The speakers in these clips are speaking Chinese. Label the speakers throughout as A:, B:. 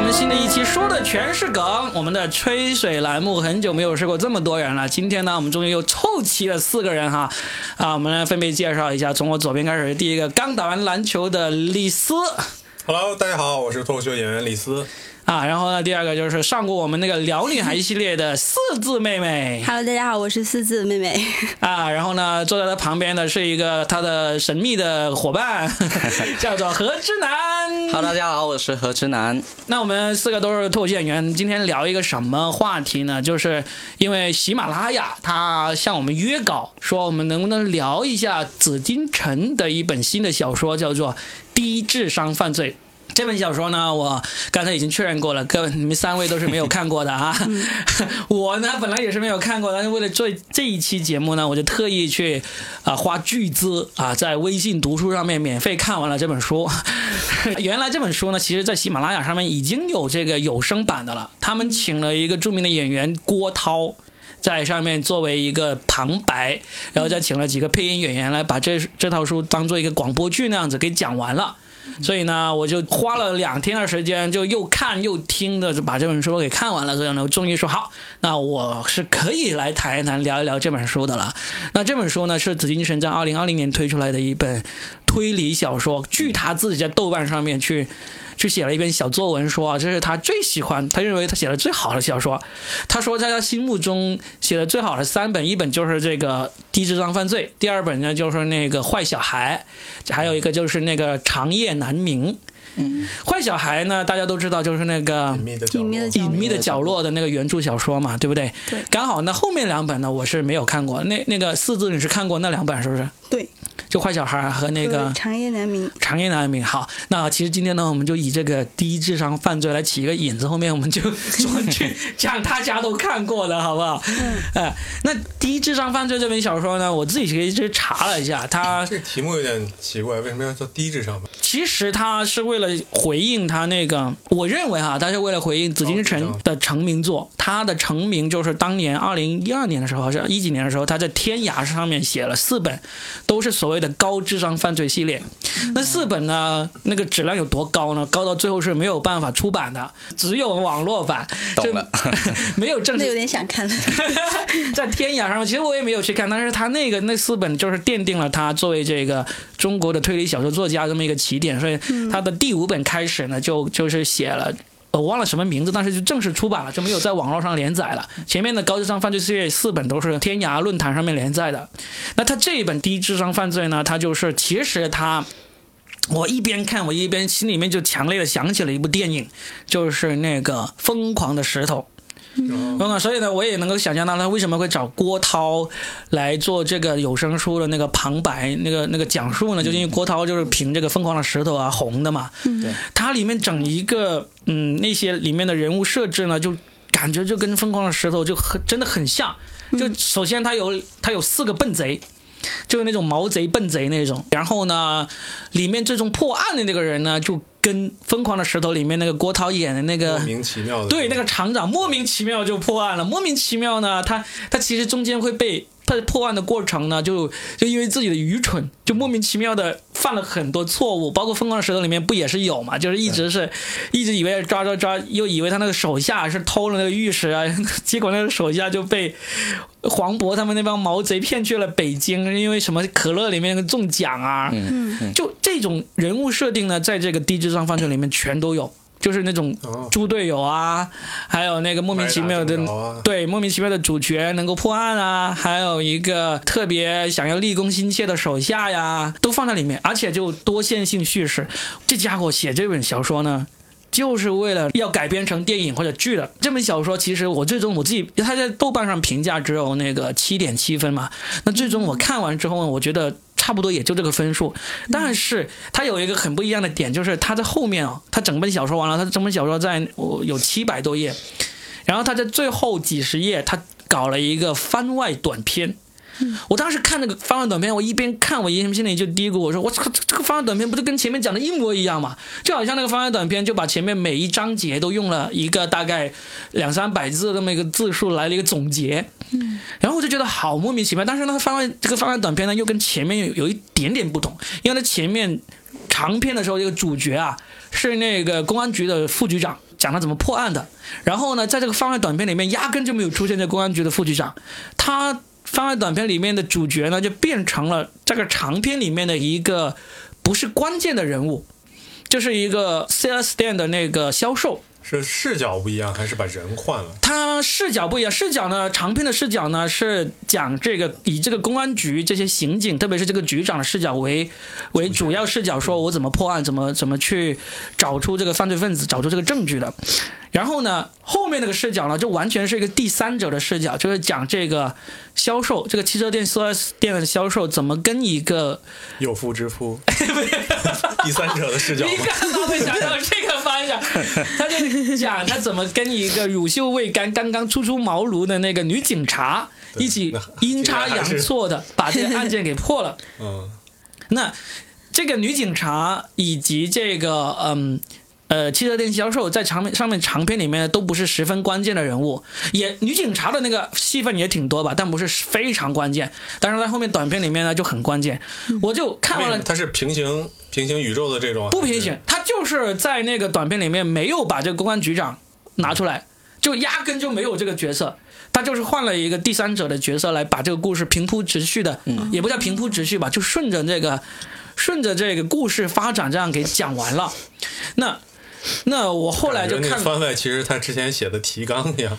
A: 们新的一期说的全是梗，我们的吹水栏目很久没有试过这么多人了。今天呢，我们终于又凑齐了四个人哈，啊，我们来分别介绍一下，从我左边开始，第一个刚打完篮球的李斯
B: Hello，大家好，我是脱口秀演员李斯。
A: 啊，然后呢，第二个就是上过我们那个聊女孩系列的四字妹妹
C: Hello，大家好，我是四字妹妹。
A: 啊，然后呢，坐在她旁边的是一个她的神秘的伙伴， 叫做何之南。
D: 哈喽，大家好，我是何之南。
A: 那我们四个都是脱口秀演员，今天聊一个什么话题呢？就是因为喜马拉雅它向我们约稿，说我们能不能聊一下紫金陈的一本新的小说，叫做《低智商犯罪》。这本小说呢，我刚才已经确认过了，各位你们三位都是没有看过的啊。 我呢本来也是没有看过，但是为了做这一期节目呢，我就特意去啊、花巨资啊在微信读书上面免费看完了这本书。 原来这本书呢，其实在喜马拉雅上面已经有这个有声版的了，他们请了一个著名的演员郭涛。在上面作为一个旁白，然后再请了几个配音演员来把这这套书当做一个广播剧那样子给讲完了。所以呢，我就花了两天的时间，就又看又听的，就把这本书给看完了。所以呢，我终于说好，那我是可以来谈一谈、聊一聊这本书的了。那这本书呢，是紫金神在二零二零年推出来的一本推理小说。据他自己在豆瓣上面去去写了一篇小作文说，啊，这是他最喜欢，他认为他写的最好的小说。他说，在他心目中写的最好的三本，一本就是这个《低智商犯罪》，第二本呢就是那个《坏小孩》，还有一个就是那个《长夜难明》。坏小孩呢，大家都知道，就是那个
B: 嗯隐秘的角
C: 隐秘的
B: 落，
C: 角
A: 隐秘的角落的那个原著小说嘛，对不对？
C: 对
A: 刚好那后面两本呢，我是没有看过。那那个四字你是看过那两本是不是？
C: 对，
A: 就坏小孩和那个
C: 呃长夜难明。
A: 长夜难明。好，那其实今天呢，我们就以这个低智商犯罪来起一个引子，后面我们就 说去讲大家都看过的，好不好？嗯。哎，那低智商犯罪这本小说呢，我自己其实查了一下，它
B: 这个题目有点奇怪，为什么要叫低智商吧？
A: 其实他是为了回应他那个，我认为哈、他是为了回应紫禁
D: 哦
A: 城的成名作。他的成名就是当年二零一二年的时候，还是一几年的时候，他在天涯上面写了四本，都是所谓的高智商犯罪系列。
D: 嗯
A: 那四本呢，那个质量有多高呢？高到最后是没有办法出版的，只有网络版，
D: 懂了，
A: 没有正
C: 那有
A: 式。
C: 点想看了，
A: 在天涯上，其实我也没有去看，但是他那个那四本就是奠定了他作为这个中国的推理小说作家这么一个起点，所以他的第五本开始呢，就就是写了。我忘了什么名字，但是就正式出版了，就没有在网络上连载了。前面的《高智商犯罪》系列四本都是天涯论坛上面连载的，那他这一本《低智商犯罪》呢，他就是其实他，我一边看我一边心里面就强烈的想起了一部电影，就是那个《疯狂的石头》。
B: 然后
A: 嗯，所以呢，我也能够想象到他为什么会找郭涛来做这个有声书的那个旁白、那个那个讲述呢？就因为郭涛就是凭这个《疯狂的石头》啊红的嘛。
D: 对。
A: 它里面整一个嗯那些里面的人物设置呢，就感觉就跟《疯狂的石头》就很真的很像。就首先他有他有四个笨贼。就是那种毛贼、笨贼那种，然后呢，里面最终破案的那个人呢，就跟《疯狂的石头》里面那个郭涛演的那个
B: 莫名其妙的，
A: 对，那个厂长莫名其妙就破案了，莫名其妙呢，他他其实中间会被他的破案的过程呢，就就因为自己的愚蠢，就莫名其妙的犯了很多错误，包括《疯狂的石头》里面不也是有嘛，就是一直是一直以为抓抓抓，又以为他那个手下是偷了那个玉石啊， 结果那个手下就被黄渤他们那帮毛贼骗去了北京，因为什么可乐里面中奖啊，
C: 嗯
A: 就这种人物设定呢，在这个低智商犯罪里面全都有。就是那种
B: 哦
A: 猪队友啊，还有那个莫
B: 莫
A: 名其妙的，
B: 啊，
A: 对莫名其妙的主角能够破案啊，还有一个特别想要立功心切的手下呀，都放在里面，而且就多线性叙事。这家伙写这本小说呢。就是为了要改编成电影或者剧的这本小说，其实我最终我自己，他在豆瓣上评价只有那个七点七分嘛。那最终我看完之后，我觉得差不多也就这个分数。但是它有一个很不一样的点，就是它在后面啊，它整本小说完了，它整本小说在我有七百多页，然后他在最后几十页，他搞了一个番外短片。我当时看那个番外短片，我一边看，我一边心里就嘀咕，我说我操，这这个番外短片不就跟前面讲的一模一样吗？就好像那个番外短片就把前面每一章节都用了一个大概两三百字的这么一个字数来了一个总结。然后我就觉得好莫名其妙，但是那个番外这个番外短片呢，又跟前面有有一点点不同，因为它前面长篇的时候，这个主角啊是那个公安局的副局长，讲他怎么破案的。然后呢，在这个番外短片里面，压根就没有出现这公安局的副局长，他番外短片里面的主角呢，就变成了这个长片里面的一个不是关键的人物，就是一个 sales stand 的那个销售。
B: 是视角不一样，还是把人换了？
A: 他视角不一样，视角呢，长篇的视角呢是讲这个以这个公安局这些刑警，特别是这个局长的视角为为主要视角，说我怎么破案，怎么怎么去找出这个犯罪分子，找出这个证据的。然后呢，后面那个视角呢，就完全是一个第三者的视角，就是讲这个销售，这个汽车店、4S 店的销售怎么跟一个
B: 有夫 之夫，第三者的视角
A: 你
B: 吗？
A: 看到会想到这个方 向，他就讲他怎么跟一个乳臭未干、刚刚初出茅庐的那个女警察
B: 对
A: 一起
B: 那
A: 阴差阳错 的把这个案件给破了。
B: 嗯，
A: 那这个女警察以及这个嗯。呃，汽车店销售在长上面长篇里面都不是十分关键的人物，也女警察的那个戏份也挺多吧，但不是非常关键。但是在后面短片里面呢就很关键，我就看完了
B: 它是平行平行宇宙的这种，
A: 不平行，他就是在那个短片里面没有把这个公安局长拿出来，就压根就没有这个角色，他就是换了一个第三者的角色来把这个故事平铺直叙的，也不叫平铺直叙吧，就顺着这个顺着这个故事发展这样给讲完了。那那我后来就
B: 感觉那
A: 看
B: 个番外，其实他之前写的提纲一样，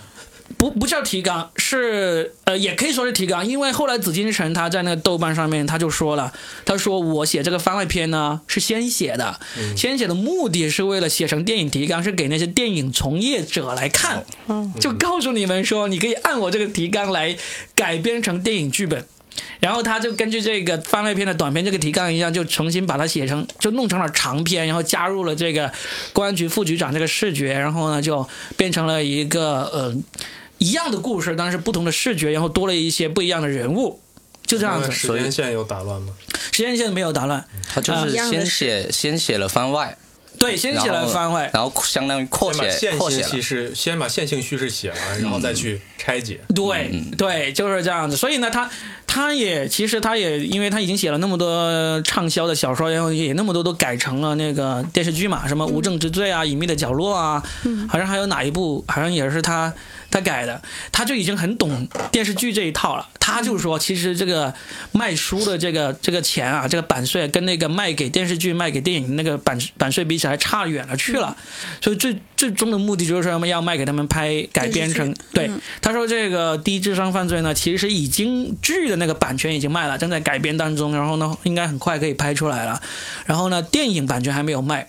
A: 不不叫提纲，是呃，也可以说是提纲，因为后来紫金城他在那个豆瓣上面他就说了，他说我写这个番外篇呢是先写的，先写的目的是为了写成电影提纲，是给那些电影从业者来看，就告诉你们说你可以按我这个提纲来改编成电影剧本。然后他就根据这个番外篇的短片这个提纲一样，就重新把它写成，就弄成了长篇，然后加入了这个公安局副局长这个视觉，然后呢就变成了一个呃一样的故事，但是不同的视觉，然后多了一些不一样的人物，就这样子
B: 那。时间线有打乱吗？
A: 时间线没有打乱，
D: 他就是
C: 一样的
D: 先
C: 是
D: 写先写了番外，
A: 对，先写了番外，
D: 然后相当于扩
B: 先把
D: 写
B: 线
D: 扩写
B: 性
D: 了
B: 叙事，先把线性叙事写完，
A: 嗯
B: 然后再去拆解。
A: 对对，就是这样子。所以呢，他他也其实他也，因为他已经写了那么多畅销的小说，然后也那么多都改成了那个电视剧嘛，什么《无证之罪》啊，《隐秘的角落》啊，好像还有哪一部，好像也是他他改的，他就已经很懂电视剧这一套了。他就说，其实这个卖书的这个这个钱啊，这个版税跟那个卖给电视剧、卖给电影那个版版税比起来差远了去了。所以最最终的目的就是说，他们要卖给他们拍改编成对。他说这个低智商犯罪呢，其实已经剧的那个版权已经卖了，正在改编当中，然后呢，应该很快可以拍出来了。然后呢，电影版权还没有卖。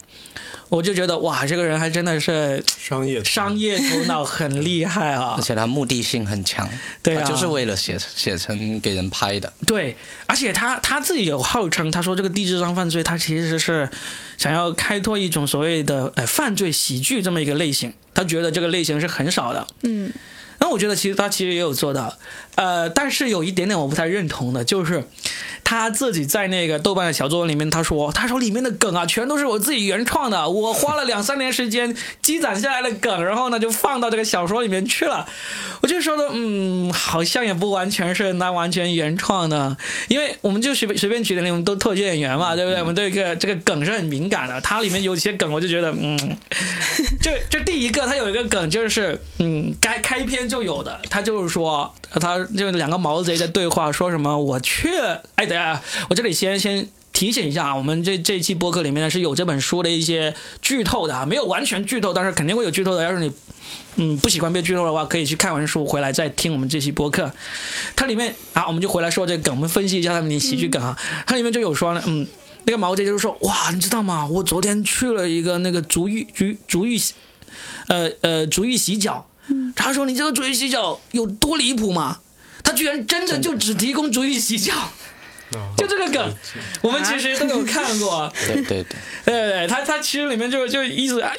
A: 我就觉得哇，这个人还真的是
B: 商业
A: 商业头脑很厉害啊
D: 而！且他目的性很强，
A: 对啊
D: 他就是为了写写成给人拍的，
A: 对，而且他他自己有号称，他说这个低智商犯罪，他其实是想要开拓一种所谓的呃犯罪喜剧这么一个类型，他觉得这个类型是很少的。
C: 嗯，
A: 那我觉得其实他其实也有做到，呃，但是有一点点我不太认同的，就是他自己在那个豆瓣的小作文里面，他说他说里面的梗啊，全都是我自己原创的，我花了两三年时间积攒下来的梗，然后呢就放到这个小说里面去了。我就说的，嗯，好像也不完全是那完全原创的，因为我们就随便随便举点例，我们都特技演员嘛，对不对？我们对这个这个梗是很敏感的，它里面有一些梗，我就觉得，嗯， 这这第一个，它有一个梗就是，嗯，该开篇就有的，他就是说，他就两个毛贼在对话，说什么我去，哎，等一下，我这里先先。提醒一下啊，我们这这一期播客里面呢是有这本书的一些剧透的啊，没有完全剧透，但是肯定会有剧透的。要是你嗯不喜欢被剧透的话，可以去看完书回来再听我们这期播客。它里面啊，我们就回来说这个梗，我们分析一下他们的喜剧梗啊。它里面就有说呢，嗯，那个毛贼就是说，哇，你知道吗？我昨天去了一个那个足浴足足浴洗，呃呃足浴洗脚，
D: 嗯
A: 他说你这个足浴洗脚有多离谱吗？他居然真的就只提供足浴洗脚，
B: 啊
A: 就这个梗，我们其实都有看 过。
D: 对对
A: 对
D: 对，
A: 对对，他他其实里面就就一直啊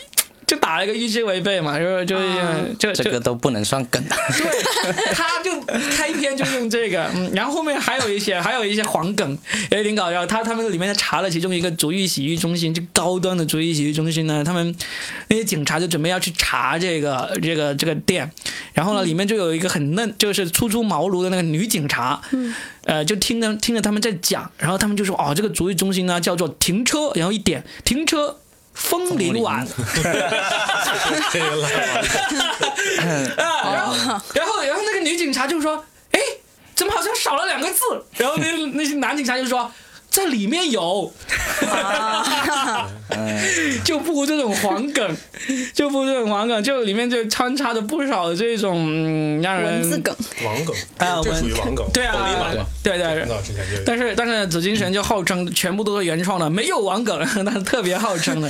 A: 就打了一个预期违背嘛，就是就是、就就
D: 啊这个都不能算梗，啊
A: 对， 他就开篇就用这个，嗯，然后后面还有一些还有一些黄梗也挺搞笑。他他们里面查了其中一个足浴洗浴中心，就高端的足浴洗浴中心呢，他们那些警察就准备要去查这个这个这个店，然后呢，里面就有一个很嫩，就是初出茅庐的那个女警察，嗯，呃，就听着听着他们在讲，然后他们就说哦，这个足浴中心呢叫做停车，然后一点停车。风铃丸，
B: 这个 烂
A: 啊，
C: 哦
A: 然后然后然后那个女警察就说：“哎，怎么好像少了两个字？”然后那那些男警察就说。这里面有，
C: 哦
A: 就布这种黄梗，就布这种黄梗，就里面就穿插着不少这种嗯让人
C: 文字梗，
B: 网梗，
A: 啊
B: 这
A: 文
B: 属于网梗，
A: 对
B: 抖音
A: 啊
B: 网梗。，
A: 对对
B: 很早之前就有，
A: 但是但是紫金神就号称全部都是原创的，没有网梗， 但是特别号称 的。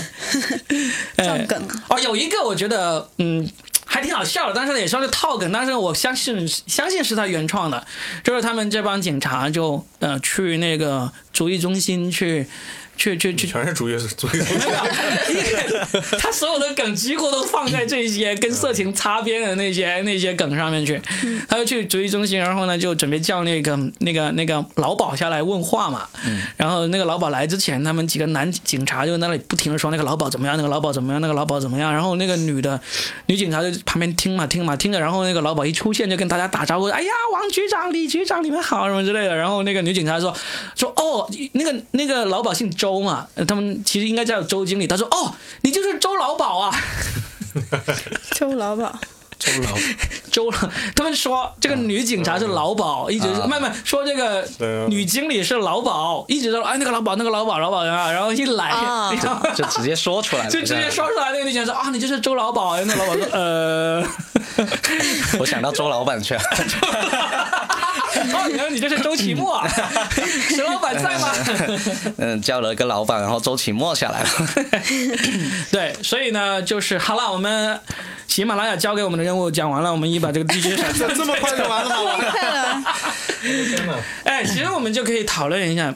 C: 撞梗啊，
A: 哦，有一个我觉得嗯还挺好笑的，但是也算是套梗，但是我相信相信是他原创的，就是他们这帮警察就呃去那个足艺中心去去去去。
B: 全是主角主角。
A: 他所有的梗几乎都放在这些跟色情擦边的那些那些梗上面去，他就去足艺中心，然后呢就准备叫那个那个那个老鸨下来问话嘛。然后那个老鸨来之前，他们几个男警察就在那里不停的说那个老鸨怎么样，那个老鸨怎么样，那个老鸨怎么样。然后那个女的女警察就旁边听嘛听嘛听着，然后那个老鸨一出现就跟大家打招呼，哎呀，王局长、李局长，你们好什么之类的。然后那个女警察说说哦，那个那个老鸨姓周嘛，呃他们其实应该叫周经理。他说哦，你就是周老鸨啊。
C: 周老鸨，
D: 周老
A: 周老，他们说这个女警察是老鸨，一直是
D: 啊
A: 慢慢说这个
B: 对啊
A: 女经理是老鸨，一直都说哎那个老鸨那个老鸨老鸨啊，然后一来，
C: 啊
A: 你知道吗
D: 就直接说出来 了，
A: 就直接
D: 这样。
A: 说出来那个女警察说啊你就是周老鸨，那个老鸨说呃，
D: 我想到周老板去了，
A: 哦原来你就是周奇 墨，啊，石老板在吗？
D: 嗯，叫了一个老板，然后周启墨下来了，
A: 对，所以呢就是好了，我们喜马拉雅交给我们的任务讲完了，我们一 把这个地区闪
B: 这么快就完了吗？
C: 快了，
B: 天哪！
A: 哎，其实我们就可以讨论一下，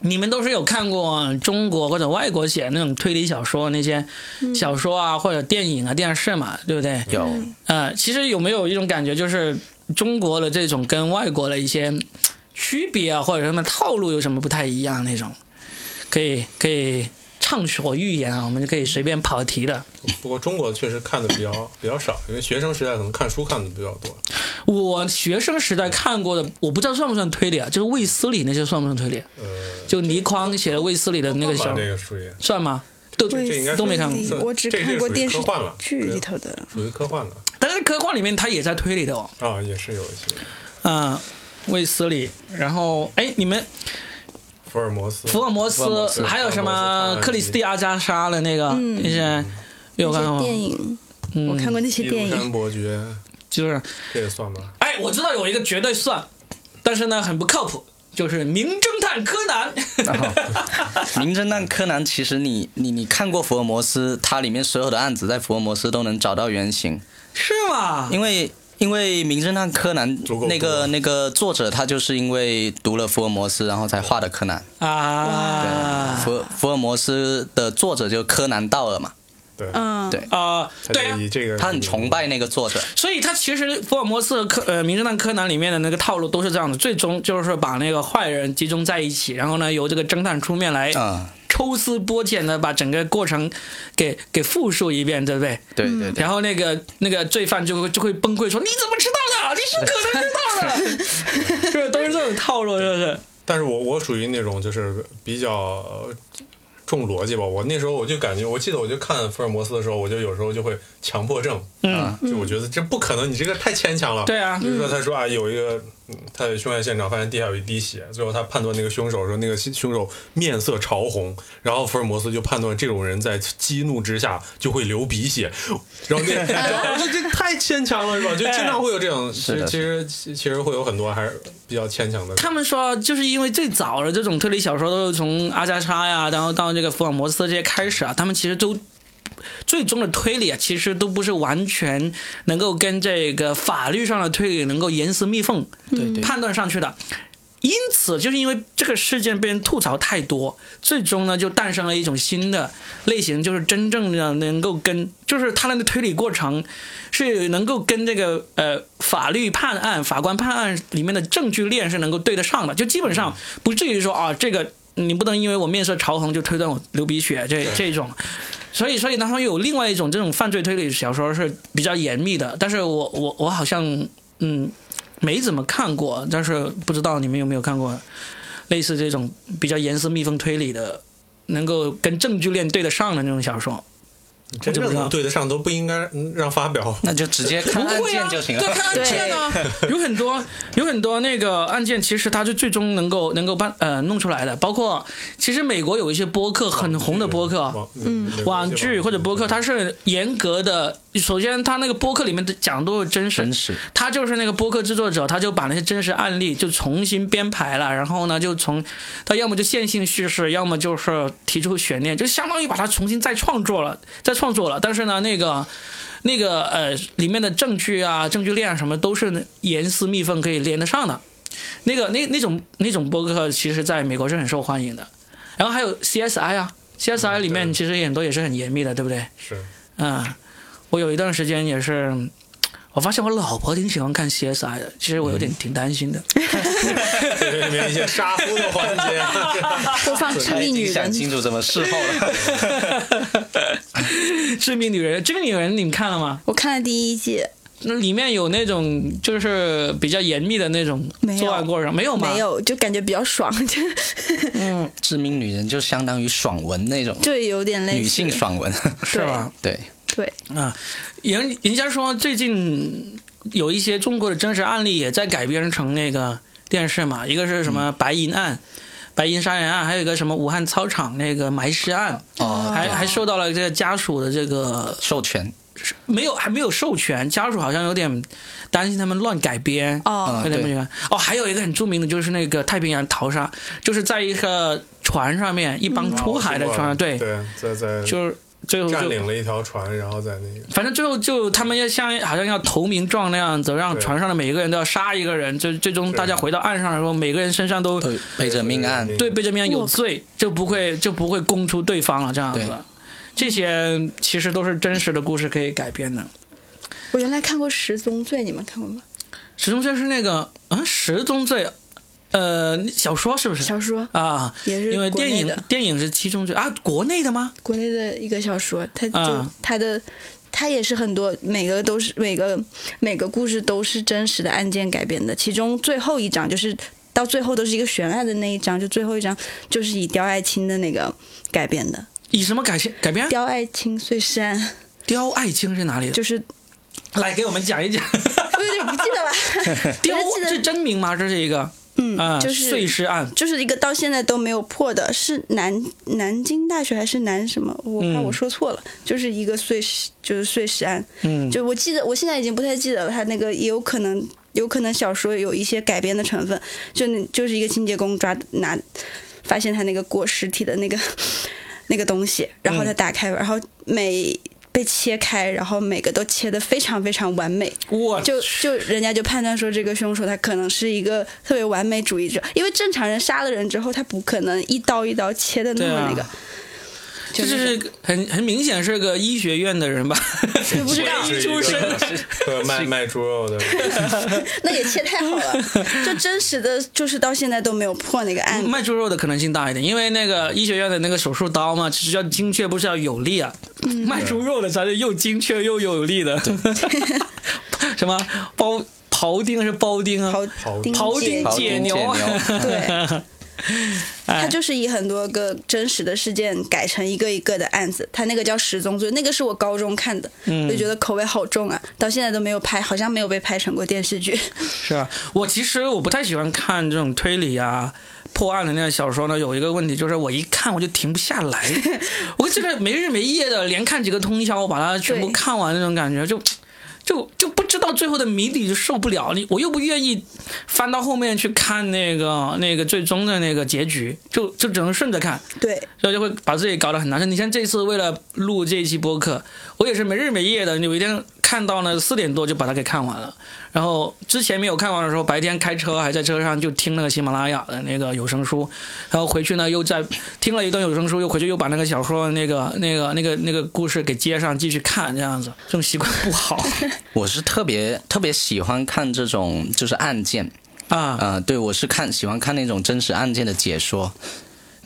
A: 你们都是有看过中国或者外国写的那种推理小说那些小说啊，或者电影啊、电视嘛，对不对？
D: 有
A: 呃，其实有没有一种感觉，就是中国的这种跟外国的一些区别啊，或者什么套路有什么不太一样那种？可以可以畅所欲言啊，我们就可以随便跑题了。
B: 不过中国确实看的比较比较少，因为学生时代可能看书看的比较多。
A: 我学生时代看过的，我不知道算不算推理啊，就是卫斯理那些算不算推理？啊
B: 呃，
A: 就倪匡写的卫斯理的那个小
B: 看这个属于
A: 算吗？都
B: 这这应该是
A: 都没看过
B: 这
C: 我只
B: 这
C: 看过
B: 这
C: 电
B: 属
C: 视
B: 于科幻了，
C: 剧里头的，
B: 属于科幻了
A: 但是科幻里面它也在推理的哦，
B: 啊，也是有一些
A: 嗯，卫斯理，然后哎，你们
B: 福尔摩斯。
A: 福尔摩斯
D: 福尔摩斯
A: 还有什么克里斯蒂阿加莎的那个
C: 嗯
A: 那些有看
C: 那
A: 过吗？
C: 些电影，我看
A: 嗯，
C: 过那些
B: 耶
C: 电
B: 路
C: 影，
B: 山伯爵，
A: 就是
B: 这个算吗？
A: 哎，我知道有一个绝对算，但是呢很不靠谱，就是《名侦探柯南》
D: 然后《名侦探柯南》其实你你你看过福尔摩斯，它里面所有的案子在福尔摩斯都能找到原型，
A: 是吗？
D: 因为因为《名侦探柯南
B: 足够》
D: 那
B: 多
D: 个那个作者他就是因为读了福尔摩斯，然后才画的柯南。
A: 啊。
D: 福福尔摩斯的作者就柯南道尔嘛，
B: 对，
C: 嗯，
D: 对
A: 啊、
B: 他
A: 对啊
B: 就，以这个
D: 他很崇拜那个作者。
A: 所以他其实福尔摩斯和柯呃名侦探柯南里面的那个套路都是这样的，最终就是把那个坏人集中在一起，然后呢由这个侦探出面来
D: 嗯，
A: 抽丝剥茧的把整个过程给给复述一遍，对不对？
D: 对对对，
A: 然后那个那个罪犯就会就会崩溃说你怎么知道的？你是可能知道 的，就是都是这种套路，是不是？
B: 但是我我属于那种就是比较呃重逻辑吧。我那时候我就感觉，我记得我就看福尔摩斯的时候，我就有时候就会强迫症，
A: 嗯，
B: 就我觉得这不可能，你这个太牵强了。
A: 对啊
B: 比，如说他说啊，有一个嗯他在凶案现场发现地下有一滴血，最后他判断那个凶手说那个凶手面色潮红，然后福尔摩斯就判断这种人在激怒之下就会流鼻血，然后那然后这这太牵强了是吧？就经常会有这种，其
D: 是
B: 实
D: 的
B: 其实其实会有很多还是比较牵强的。
A: 他们说就是因为最早的这种推理小说都是从阿加莎呀，然后到这个福尔摩斯这些开始啊，他们其实都。最终的推理啊，其实都不是完全能够跟这个法律上的推理能够严丝密缝，
D: 对
A: 嗯
D: 对
A: 判断上去的。因此，就是因为这个事件被人吐槽太多，最终呢就诞生了一种新的类型，就是真正的能够跟，就是他的推理过程是能够跟这个呃法律判案、法官判案里面的证据链是能够对得上的，就基本上不至于说啊这个你不能因为我面色潮红就推断我流鼻血这这种。所以，所以呢，他们有另外一种这种犯罪推理小说是比较严密的，但是我我我好像嗯没怎么看过，但是不知道你们有没有看过类似这种比较严丝密封推理的能够跟证据链对得上的那种小说。我就
B: 真
A: 不
B: 正
A: 知道
B: 能对得上都不应该嗯让发表。
D: 那就直接看
A: 不
D: 案
A: 会啊
D: 件，就行了。
A: 对，看案件啊， 有很多有很多那个案件，其实它是最终能够能够办呃弄出来的。包括其实美国有一些播客很红的播客，啊
B: 网，嗯，
A: 网剧或者播客，它是严格的。首先，它那个播客里面的讲都是真实
D: 真，实，
A: 他就是那个播客制作者，他就把那些真实案例就重新编排了，然后呢，就从他要么就线性叙事，要么就是提出悬念，就相当于把它重新再创作了，再创作了。但是呢，那个那个呃里面的证据啊、证据链啊什么都是严丝密缝可以连得上的。那个那那种那种播客，其实在美国是很受欢迎的。然后还有 CSI 啊，CSI 里面
B: 对
A: 其实很多也是很严密的，对不对？
B: 是
A: 嗯，我有一段时间也是，我发现我老婆挺喜欢看 CSI 的，其实我有点挺担心的。
B: 这里面一些杀夫的 环节，
C: 播放致
D: 他已
C: 命女
D: 经哎想
C: 人，
D: 清楚怎么事后了。
A: 嗯 致命女人，致命女人，你们看了吗？
C: 我看了第一季，
A: 那里面有那种就是比较严密的那种
C: 没有
A: 作案过程，没有吗？
C: 没。有，就感觉比较爽， 就
A: 嗯，
D: 致命女人就相当于爽文那种，
C: 就有点类似
D: 女性爽文。
A: 是吧？
D: 对，
C: 对，
A: 啊，人人家说最近有一些中国的真实案例也在改编成那个电视嘛，一个是什么白银案、白银杀人案，还有一个什么武汉操场那个埋尸案，
C: 嗯
D: 哦
A: 还还受到了这个家属的这个
D: 授权
A: 没有还没有授权，家属好像有点担心他们乱改编。
C: 哦，
A: 有点不
D: 对
A: 喜欢哦，还有一个很著名的就是那个太平洋淘沙，就是在一个船上面，一帮出海的船上，对，
B: 哦对，在在
A: 就是最后
B: 占
A: 就
B: 领了一条船，然后在那个
A: 反正最后就他们要像好像要投名状那样子，让
B: 对
A: 船上的每一个人都要杀一个人，最最终
B: 是
A: 大家回到岸上的时候，每个人身上都
D: 对背着命案，
A: 对被这边有
C: 我靠
A: 罪，就不会就不会供出对方了这样
D: 对
A: 子。这些其实都是真实的故事可以改编的。
C: 我原来看过《十宗罪》，你们看过吗？
A: 十宗罪是那个啊，十宗罪，呃，小说是不是
C: 小说
A: 啊？
C: 也是
A: 因为
C: 国
A: 电
C: 内
A: 影
C: 的，
A: 电影是七宗罪啊，国内的吗？
C: 国内的一个小说，它就、
A: 啊
C: 它的它也是很多每个都是每个每个故事都是真实的案件改编的，其中最后一章就是到最后都是一个悬案的那一章，就最后一章就是以刁爱青的那个改编的，
A: 以什么改编改编？
C: 刁爱青碎尸 案
A: 刁爱青是哪里的？
C: 就是
A: 来给我们讲一讲。
C: 我有点不记得 了，
A: 刁
C: 我只记
A: 是
C: 得
A: 真名吗？这是一个啊
C: 嗯，，就是
A: 碎尸案。
C: 就是一个到现在都没有破的，是南南京大学还是南什么？我怕
A: 嗯
C: 我说错了，就是一个碎尸，就是碎尸案。
A: 嗯
C: 就我记得，我现在已经不太记得了，他那个也有可能，有可能小说有一些改编的成分，就那就是一个清洁工抓啊拿，发现他那个裹尸体的那个 那个东西，然
A: 嗯
C: 后他打开，然后每被切开，然后每个都切得非常非常完美，
A: 我
C: 就就人家就判断说这个凶手他可能是一个特别完美主义者，因为正常人杀了人之后，他不可能一刀一刀切的那
A: 对
C: 么
A: 啊
C: 那个，
A: 这
C: 是
A: 是很很明显是个医学院的人吧？
C: 不知道
A: 一出生
B: 对卖卖猪肉的，
C: 那也切太好了，就真实的就是到现在都没有破那个案 子，
A: 卖猪肉的可能性大一点，因为那个医学院的那个手术刀嘛，其实要精确，不是要有力啊。 卖猪肉的才是又精确又有力的。 什么包庖丁是包丁啊？
C: 庖
B: 庖
C: 丁
A: 庖
C: 解
A: 丁
D: 庖
A: 解
D: 丁
A: 牛 啊
D: 解牛！
C: 对，
A: 哎
C: 他就是以很多个真实的事件改成一个一个的案子，他那个叫《十宗罪》，那个是我高中看的，我就觉得口味好重啊，到现在都没有拍，好像没有被拍成过电视剧。
A: 是啊，我其实我不太喜欢看这种推理啊、破案的那种小说呢。有一个问题就是，我一看我就停不下来，我这个没日没夜的连看几个通宵，我把它全部
C: 对
A: 看完那种感觉，就就就不知道最后的谜底，就受不了。你我又不愿意翻到后面去看那个那个最终的那个结局，就就只能顺着看。
C: 对，
A: 所以就会把自己搞得很难受。你像这次为了录这一期播客，我也是没日没夜的，有一天看到呢四点多就把它给看完了。然后之前没有看完的时候，白天开车还在车上就听那个喜马拉雅的那个有声书，然后回去呢又在听了一段有声书，又回去又把那个小说那个那个那个那个故事给接上继续看，这样子这种习惯不好
D: 我是特别特别喜欢看这种就是案件，
A: 啊。
D: 呃，对我是看喜欢看那种真实案件的解说。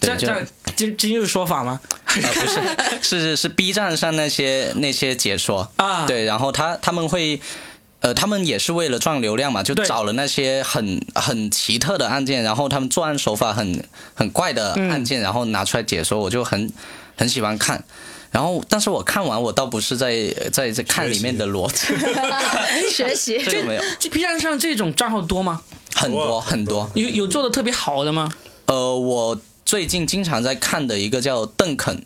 A: 这
D: 对，就
A: 这今今日说法吗？
D: 啊，不是， 是是是 B 站上那些那些解说
A: 啊
D: 对，然后他他们会呃，他们也是为了赚流量嘛，就
A: 对
D: 找了那些很很奇特的案件，然后他们作案手法很很怪的
A: 嗯
D: 案件，然后拿出来解说，我就很很喜欢看。然后，但是我看完我倒不是在在在看里面的逻辑，
C: 学习
A: 哦
D: 这个没有
A: 这 B 站上这种账号多吗？
D: 很多很多。
A: 有有做的特别好的吗？
D: 呃，我最近经常在看的一个叫邓肯，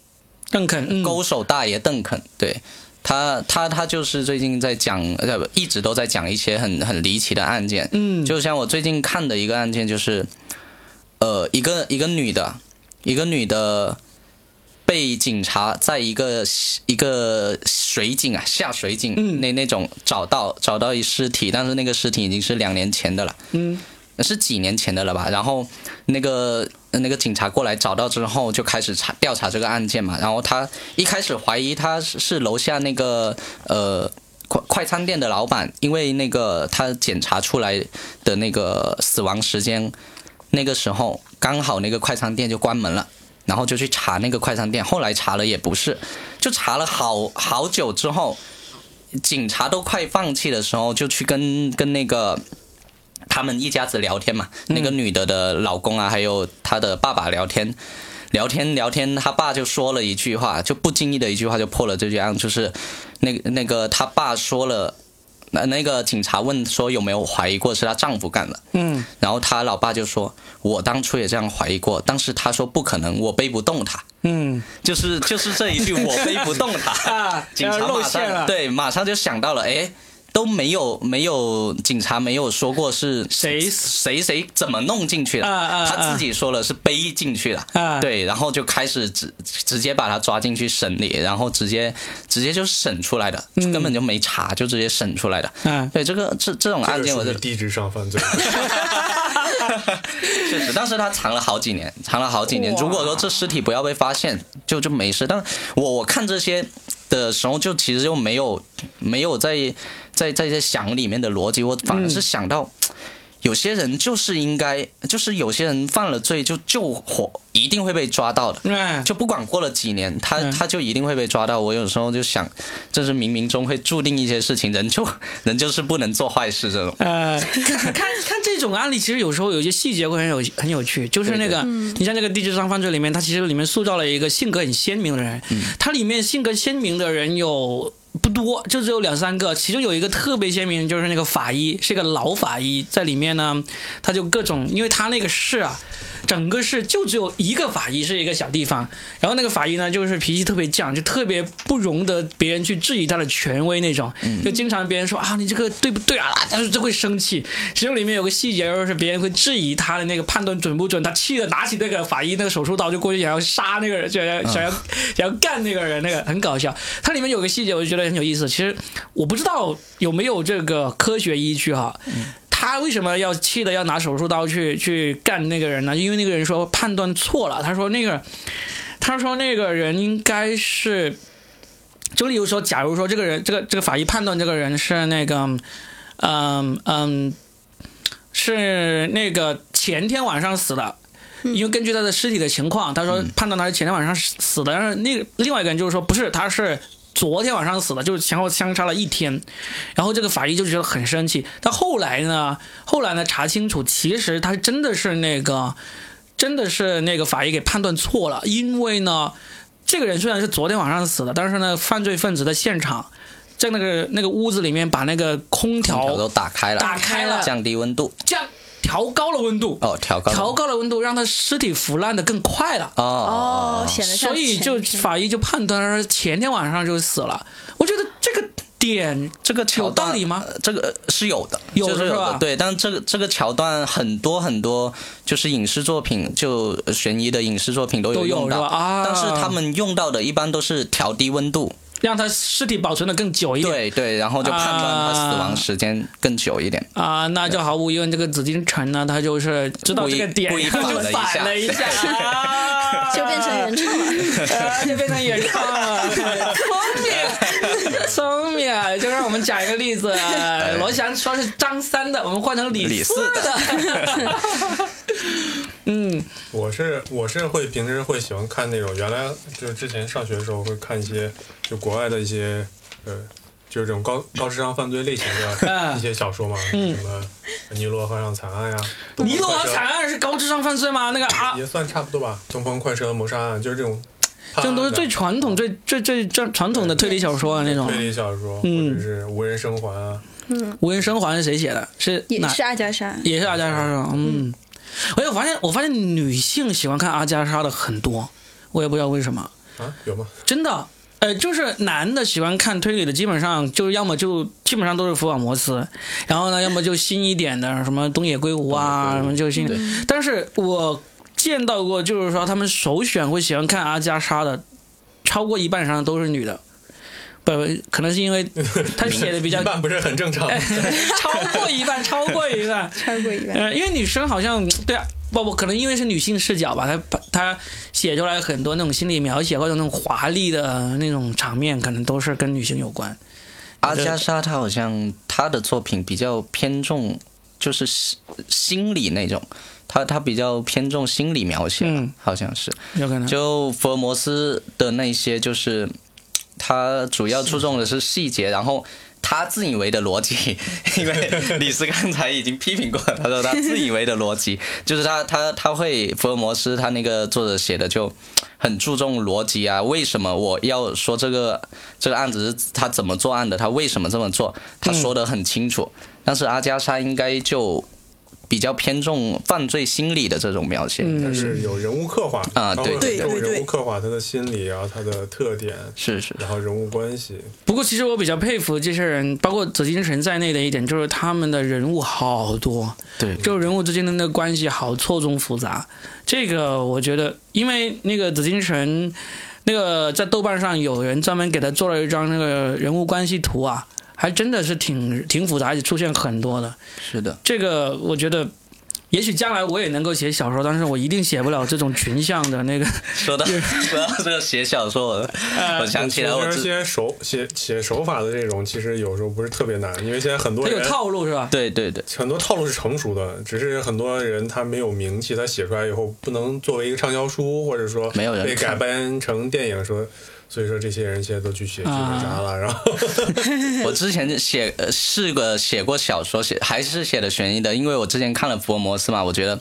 A: 邓肯，嗯，
D: 勾手大爷邓肯，对他，他他就是最近在讲，呃，不一直都在讲一些很很离奇的案件。
A: 嗯，
D: 就像我最近看的一个案件，就是，呃，一个一个女的，一个女的被警察在一个一个水井啊下水井、
A: 嗯
D: 那那种找到找到一尸体，但是那个尸体已经是两年前的了。
A: 嗯，
D: 是几年前的了吧？然后那个呃那个警察过来找到之后，就开始查调查这个案件嘛。然后他一开始怀疑他是是楼下那个呃快快餐店的老板，因为那个他检查出来的那个死亡时间，那个时候刚好那个快餐店就关门了。然后就去查那个快餐店，后来查了也不是，就查了好好久之后，警察都快放弃的时候，就去跟跟那个他们一家子聊天嘛，那个女的的老公啊，还有她的爸爸聊天，聊天聊天，他爸就说了一句话，就不经意的一句话就破了这句案，就是那个那个他爸说了，那那个警察问说有没有怀疑过是她丈夫干的，
A: 嗯，
D: 然后她老爸就说，我当初也这样怀疑过，但是他说不可能，我背不动他，
A: 嗯，
D: 就是就是这 一句我背不动他
A: 啊，
D: 警察
A: 露
D: 马
A: 馅了
D: 上对马上就想到了，哎。都没有没有警察没有说过是
A: 谁
D: 谁谁怎么弄进去的，
A: 啊啊
D: 他自己说了是背进去的，
A: 啊
D: 对，然后就开始直直接把他抓进去审理，然后直接直接就审出来的，根本就没查就直接审出来的，
A: 嗯
D: 对，这个这这种案件我
B: 这
D: 就是
B: 低智商犯罪。
D: 确实，但是他藏了好几年，藏了好几年。
C: 哇
D: 如果说这尸体不要被发现，就就没事。但我我看这些的时候，就其实就没有没有在在在在想里面的逻辑，我反而
A: 嗯
D: 是想到。有些人就是应该，就是有些人犯了罪就就火，一定会被抓到的。
A: 哎，
D: 就不管过了几年，他
A: 嗯
D: 他就一定会被抓到。我有时候就想，这是冥冥中会注定一些事情，人就人就是不能做坏事这种。
A: 呃，看看看这种案例，其实有时候有一些细节会很有很有趣，就是那个，你像这个《地质上犯罪》里面，它其实里面塑造了一个性格很鲜明的人，它里面性格鲜明的人有。不多，就只有两三个，其中有一个特别鲜明，就是那个法医，是个老法医，在里面呢，他就各种，因为他那个市啊，整个市就只有一个法医是一个小地方，然后那个法医呢，就是脾气特别犟，就特别不容得别人去质疑他的权威那种，就经常别人说啊你这个对不对啊，他就就会生气。其中里面有个细节，就是别人会质疑他的那个判断准不准，他气的拿起那个法医那个手术刀就过去想要杀那个人，想要想要想要干那个人，那个很搞笑。它里面有个细节，我就觉得很有意思。其实我不知道有没有这个科学依据哈，他为什么要气的要拿手术刀去去干那个人呢？因为那个人说判断错了，他说那个，他说那个人应该是，就例如说，假如说这个人，这个这个法医判断这个人是那个，嗯嗯，是那个前天晚上死的。
D: 嗯
A: 嗯因为根据他的尸体的情况，他说判断他是前天晚上死死的，但是那个另外一个人就是说不是，他是昨天晚上死的，就是前后相差了一天。然后这个法医就觉得很生气。但后来呢，后来呢查清楚，其实他真的是那个，真的是那个法医给判断错了，因为呢，这个人虽然是昨天晚上死的，但是呢，犯罪分子在现场。在那个那个屋子里面，把那个空
D: 空调
A: 调
D: 都打开了，
A: 打开了
D: 降低温度，
A: 降调高了温度，
D: 哦，调高了，
A: 调高了温度，让他尸体腐烂的更快了。
D: 哦
C: 哦，显得像
A: 所以就
C: 前天
A: 法医就判断他是前天晚上就死了。我觉得这个点
D: 这个桥
A: 有
D: 段
A: 道理吗？
D: 呃这个呃是有的，
A: 有的
D: 就是有
A: 是吧
D: 的，对。但这个这个桥段很多很多，就是影视作品，就呃悬疑的影视作品都
A: 都有
D: 用到
A: 是吧啊
D: 但是他们用到的一般都是调低温度，
A: 让他尸体保存的更久一点。
D: 对对，然后就判断他死亡时间更久一点。
A: 啊，那就毫无疑问，这个紫禁城呢，他就是知道这个点，
D: 故意
A: 然后就
D: 故意
A: 反
D: 反
A: 了
D: 了
A: 一
D: 一
A: 下
D: 下，
A: 啊
C: 就变成原创了。
A: 啊就变成原创了， 聪明，聪明啊！就让我们讲一个例子，呃罗翔说是张三的，我们换成李
D: 李
A: 四
D: 四
A: 的， 嗯
B: 我是我是会平时会喜欢看那种原来就是之前上学的时候会看一些就国外的一些呃就是这种高高智商犯罪类型 的
A: 哎
B: 一些小说嘛，
A: 嗯
B: 什么《尼罗河上惨案》呀，《
A: 尼罗河惨》案是高智商犯罪吗？那个啊，
B: 也算差不多吧，《东方快车谋杀案》就是这种
A: 这
B: 判案
A: 种
B: 的，
A: 都是最传统、最最最最传统的推理小说啊，那种
B: 推理小说，或
A: 嗯
B: 者是无人生还啊，
A: 无人生还是谁写的？是
C: 也
A: 哪？
C: 是啊阿加莎，
A: 也是阿加莎是吧？嗯，我有发现，我发现女性喜欢看阿加莎的很多，我也不知道为什么，
B: 啊有吗？
A: 真的。呃，就是男的喜欢看推理的，基本上就是要么就基本上都是福尔摩斯，然后呢，要么就新一点的什么东野圭吾啊，什么就新。
C: 嗯
A: 但是我见到过，就是说他们首选会喜欢看阿加莎的，超过一半以上都是女的。不，可能是因为他写的比较哎
B: 一般不是很正常。
A: 超过一半，超过一半。
C: 超过一 半。
A: 呃，因为女生好像对啊，不不，可能因为是女性视角吧，她把她写出来很多那种心理描写或者那种华丽的那种场面，可能都是跟女性有关。
D: 阿加莎她好像她的作品比较偏重就是心心理那种，她她比较偏重心理描写，
A: 嗯
D: 好像是。
A: 有可能
D: 就福尔摩斯的那些，就是他主要注重的是细节，然后。他自以为的逻辑， 因为李斯刚才已经批评过了，他说他自以为的逻辑，就是他他他会福尔摩斯他那个作者写的就很注重逻辑啊，为什么我要说这个这个案子是他怎么作案的，他为什么这么做，他说的很清楚。但是阿加莎应该就比较偏重犯罪心理的这种描写，
B: 但是
A: 嗯
B: 有人物刻画
D: 啊
B: 他
D: 对
B: 会
C: 对
B: 有
C: 对对
B: 人物刻画他的心理啊，他的特点，
D: 是是
B: 然后人物关系，
A: 不过其实我比较佩服这些人，包括紫金神在内的一点，就是他们的人物好多，
D: 对
A: 就人物之间的那个关系好错综复杂。这个我觉得，因为那个紫金神，那个在豆瓣上有人专门给他做了一张那个人物关系图啊，还真的是挺挺复杂，而且出现很多的。
D: 是的。
A: 这个我觉得。也许将来我也能够写小说，但是我一定写不了这种群像的那个。
D: 说到 说到这个写小说，我我想起来我
B: 其实
D: 自
B: 写手写写手法的这种，其实有时候不是特别难，因为现在很多
A: 它有
B: 人
A: 套路是吧？
D: 对对对
B: 很多套路是成熟的，只是很多人他没有名气，他写出来以后不能作为一个畅销书，或者说
D: 没有人
B: 被
D: 看
B: 改编成电影说。所以说这些人现在都去写剧本杀
D: 啊
B: 了，然后
D: 我之前写呃试过写过小说，写还是写的悬疑的，因为我之前看了福尔摩斯嘛，我觉得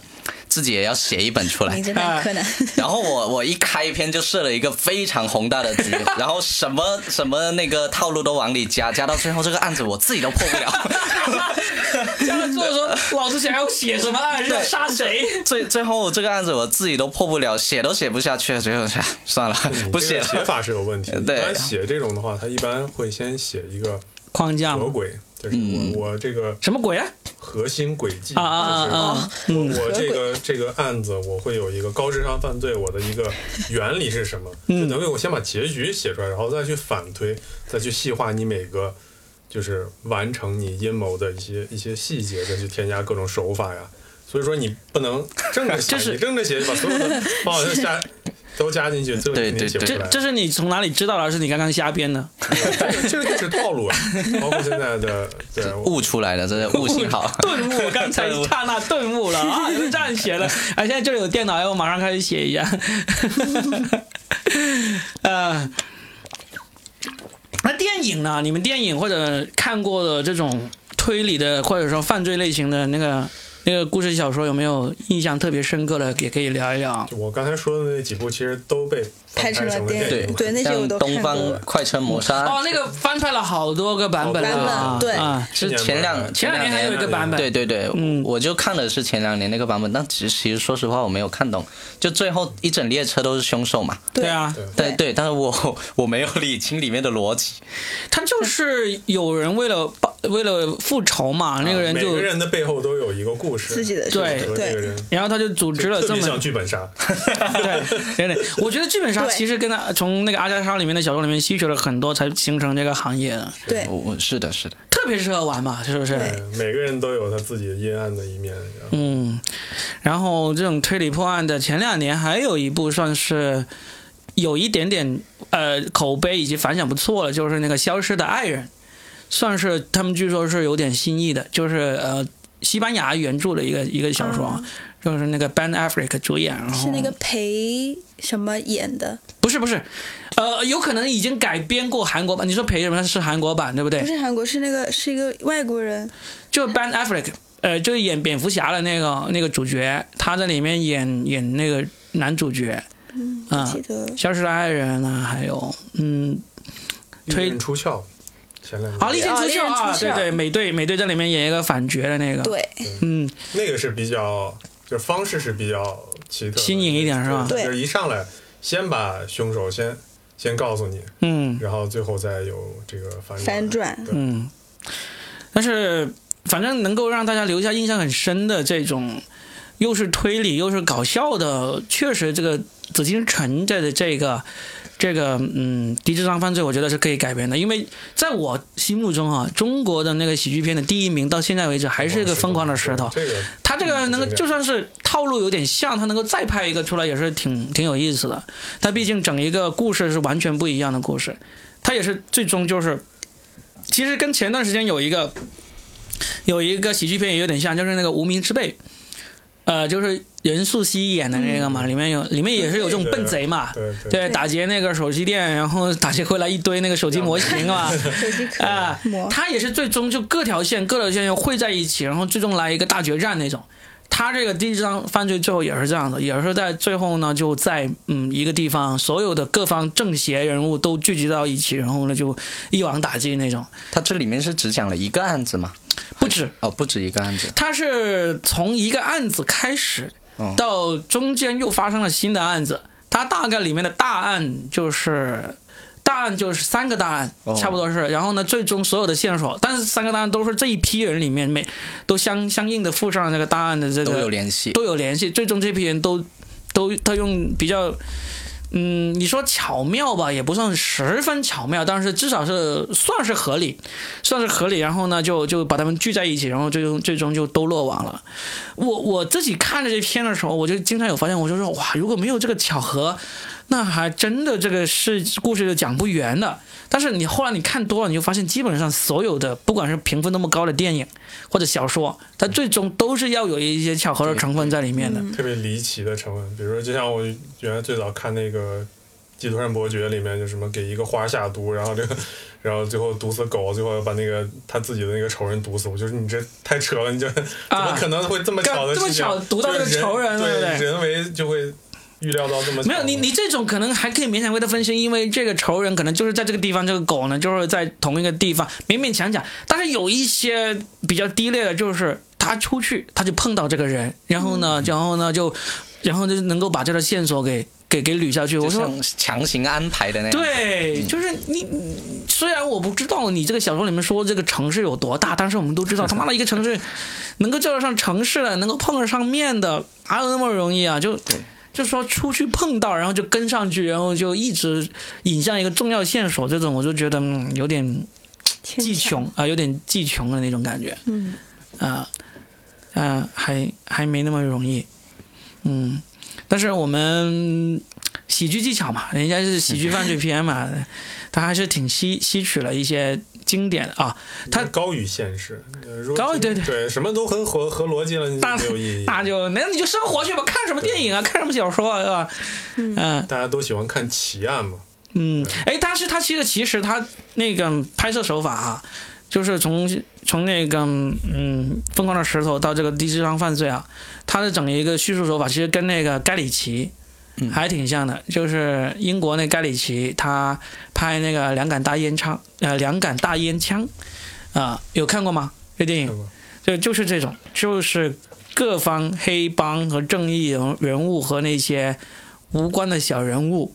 D: 自己也要写一本出来
E: 名。侦
C: 哎
E: 探柯南，
C: 嗯
D: 然后我我一开篇就设了一个非常宏大的局，然后什么什么那个套路都往里加，加到最后这个案子我自己都破 不了。
A: 将来做说，老子想要写什么案，要杀谁？
D: 最最后这个案子我自己都破不了，写都写不下去了，最后想算了， 不
B: 你这
D: 写
B: 个写
D: 了。
B: 法是有问题。
D: 对
B: 一般写这种的话，他一般会先写一个
A: 框架
B: 合
A: 吗
B: 轨，就是
D: 嗯
B: 我我这个
A: 什么鬼啊？
B: 核心轨迹
A: 啊啊啊
C: 哦
A: 啊！
B: 就是我我这个这个案子，我会有一个高智商犯罪，我的一个原理是什么？就等于我先把结局写出来，然后再去反推，再去细化你每个，就是完成你阴谋的一些一些细节，再去添加各种手法呀。所以说你不能正着写，
A: 就是
B: 你正着写把所有的方法都加都加进去，最后
D: 对
B: 肯定
D: 对
B: 写不出
A: 这
B: 来。
A: 这是你从哪里知道的？还是你刚刚瞎编的？
B: 这这就是套路啊，包括现在的对我
D: 悟出来了，真的悟性好。
A: 顿悟，刚才一刹那顿悟了 啊！是这样写的。哎，现在这里有电脑，要不马上开始写一下。 呃，那电影呢？你们电影或者看过的这种推理的，或者说犯罪类型的那个那个故事小说，有没有印象特别深刻的？也可以聊一聊。
D: 啊
B: 就我刚才说的那几部，其实都被
C: 拍成了
B: 了
C: 电
B: 电
C: 影
B: 影嘛
C: 对那些我
D: 像
C: 都
D: 东
C: 看过
D: 方快车谋杀案
A: 哦，那个翻拍了好多个版本啊，
C: 好多版本对
A: 啊，
D: 是前两
A: 前两年还有一个版本，
D: 哦对对对，
A: 嗯
D: 我就看的是前两年那个版本，但其实其实说实话我没有看懂，就最后一整列车都是凶手嘛。
A: 对啊，
D: 对对，但是我我没有理清里面的逻辑。
A: 他就是有人为了报为了复仇嘛，那个人
B: 啊每
A: 就
B: 个，人的背后都有一个故事，
C: 自己的事
A: 对
B: 和那个人
A: 然后他就组织了
B: 特
A: 这
B: 别
A: 么
B: 像剧本杀，
A: 对，真的， 我觉得剧本杀
C: 对
A: 其实跟他从那个阿加莎里面的小说里面吸取了很多，才形成这个行业的，
C: 对
D: 我我是的是的，
A: 特别适合玩嘛，是不是？
B: 嗯每个人都有他自己阴暗的一面。然后
A: 嗯，然后这种推理破案的，前两年还有一部算是有一点点呃口碑以及反响不错了，就是那个《消失的爱人》，算是他们据说是有点新意的，就是呃西班牙原著的一个一个小说，啊，就是那个 Ben Affleck 主演，然后
C: 哦是那个裴什么演的？
A: 不是不是，呃，有可能已经改编过韩国版。你说裴什么是韩国版对不对
C: 不？是韩国，是那个是一个外国人。
A: 就 Ben Affleck，呃，就是演蝙蝠侠的那个那个主角，他在里面演演那个男主角，
C: 嗯，
A: 啊
C: 记得
A: 《消失的爱人》啊，还有嗯，推
B: 利刃出鞘，前两
A: 啊，
B: 年
A: 利剑出鞘啊，
C: 哦利剑出
A: 对
C: 鞘
A: 对，美队美队在里面演一个反角的那个，
C: 对，
A: 嗯，
B: 那个是比较，就是方式是比较奇特的、
A: 新颖一点是吧
B: 对就
C: 对
B: 是一上来先把凶手先先告诉你，
A: 嗯
B: 然后最后再有这个反转。
C: 反转
B: 对
A: 嗯，但是反正能够让大家留下印象很深的这种，又是推理又是搞笑的，确实这个紫禁城这的这个。这个嗯，低智商犯罪，我觉得是可以改编的，因为在我心目中啊，中国的那个喜剧片的第一名到现在为止还是一个疯狂的石头，
B: 这个
A: 他这个能够
B: 嗯
A: 就算是套路有点像，他能够再拍一个出来也是挺挺有意思的。他毕竟整一个故事是完全不一样的故事，他也是最终就是，其实跟前段时间有一个有一个喜剧片也有点像，就是那个《无名之辈》，呃，就是任素汐演的那个嘛，里面有里面也是有这种笨贼嘛，
B: 嗯对对
A: 对，打劫那个手机店，然后打劫回来一堆那个手机模型嘛，
C: 手机壳
A: 啊
C: 膜。
A: 他也是最终就各条线各条线又汇在一起，然后最终来一个大决战那种。他这个第一章犯罪最后也是这样的，也是在最后呢，就在嗯一个地方，所有的各方正邪人物都聚集到一起，然后呢就一网打尽那种。
D: 他这里面是只讲了一个案子嘛？
A: 不止，
D: 哦，不止一个案子。
A: 他是从一个案子开始
D: 嗯，
A: 到中间又发生了新的案子。它大概里面的大案就是大案就是三个大案
D: 哦，
A: 差不多是。然后呢，最终所有的线索，但是三个大案都是这一批人里面每都相相应的附上了这个大案的这
D: 都有
A: 个
D: 联系，
A: 都有联系。最终这批人都都他用比较。嗯，你说巧妙吧，也不算十分巧妙，但是至少是算是合理，算是合理。然后呢，就就把他们聚在一起，然后最终最终就都落网了。我我自己看着这片的时候，我就经常有发现，我就说哇，如果没有这个巧合，那还真的这个事故事就讲不圆的。但是你后来你看多了，你就发现基本上所有的不管是评分那么高的电影或者小说，它最终都是要有一些巧合的成分在里面的。
B: 特别离奇的成分，比如说，就像我原来最早看那个《基督山伯爵》里面，就什么给一个花下毒，然后这个， 然后最后毒死狗，最后把那个他自己的那个仇人毒死。我就是你这太扯了，你这怎么可能会这么巧的
A: 啊这么
B: 事情？
A: 巧毒到这个
B: 就是
A: 仇人对不对
B: 对人为就会预料到这么巧
A: 没有你，你这种可能还可以勉强为他分析，因为这个仇人可能就是在这个地方，这个狗呢就是在同一个地方，勉勉强强。但是有一些比较低劣的，就是他出去他就碰到这个人，然后呢，然后呢就，然后就能够把这个线索给给给捋下去。我
D: 就
A: 说
D: 像强行安排的那样。，
A: 对，就是你。你虽然我不知道你这个小说里面说这个城市有多大，但是我们都知道，他妈的一个城市能够叫得上城市的，能够碰得上面的，哪有那么容易啊？就就说出去碰到，然后就跟上去，然后就一直引向一个重要线索，这种我就觉得、嗯、有点技穷啊、有点技穷的那种感觉
C: 嗯，
A: 啊啊、还还没那么容易，嗯。但是我们喜剧技巧嘛，人家是喜剧犯罪片嘛，他还是挺吸吸取了一些经典的啊。他
B: 高于现实，呃如果
A: 高于对对
B: 对什么都很合合逻辑了，你就
A: 那
B: 没有意义。
A: 那就那你就生活去吧，看什么电影啊，看什么小说啊，是吧？嗯、
B: 大家都喜欢看奇案嘛，
A: 嗯，哎，但是他其实其实他那个拍摄手法啊，就是从从那个嗯《疯狂的石头》到这个《低智商犯罪》啊，他的整一个叙述手法其实跟那个盖里奇还挺像的，就是英国那盖里奇他拍那个《两杆大烟枪》呃《两杆大烟枪》啊、有看过吗？这电影
B: 看过？
A: 就就是这种，就是各方黑帮和正义人人物和那些无关的小人物，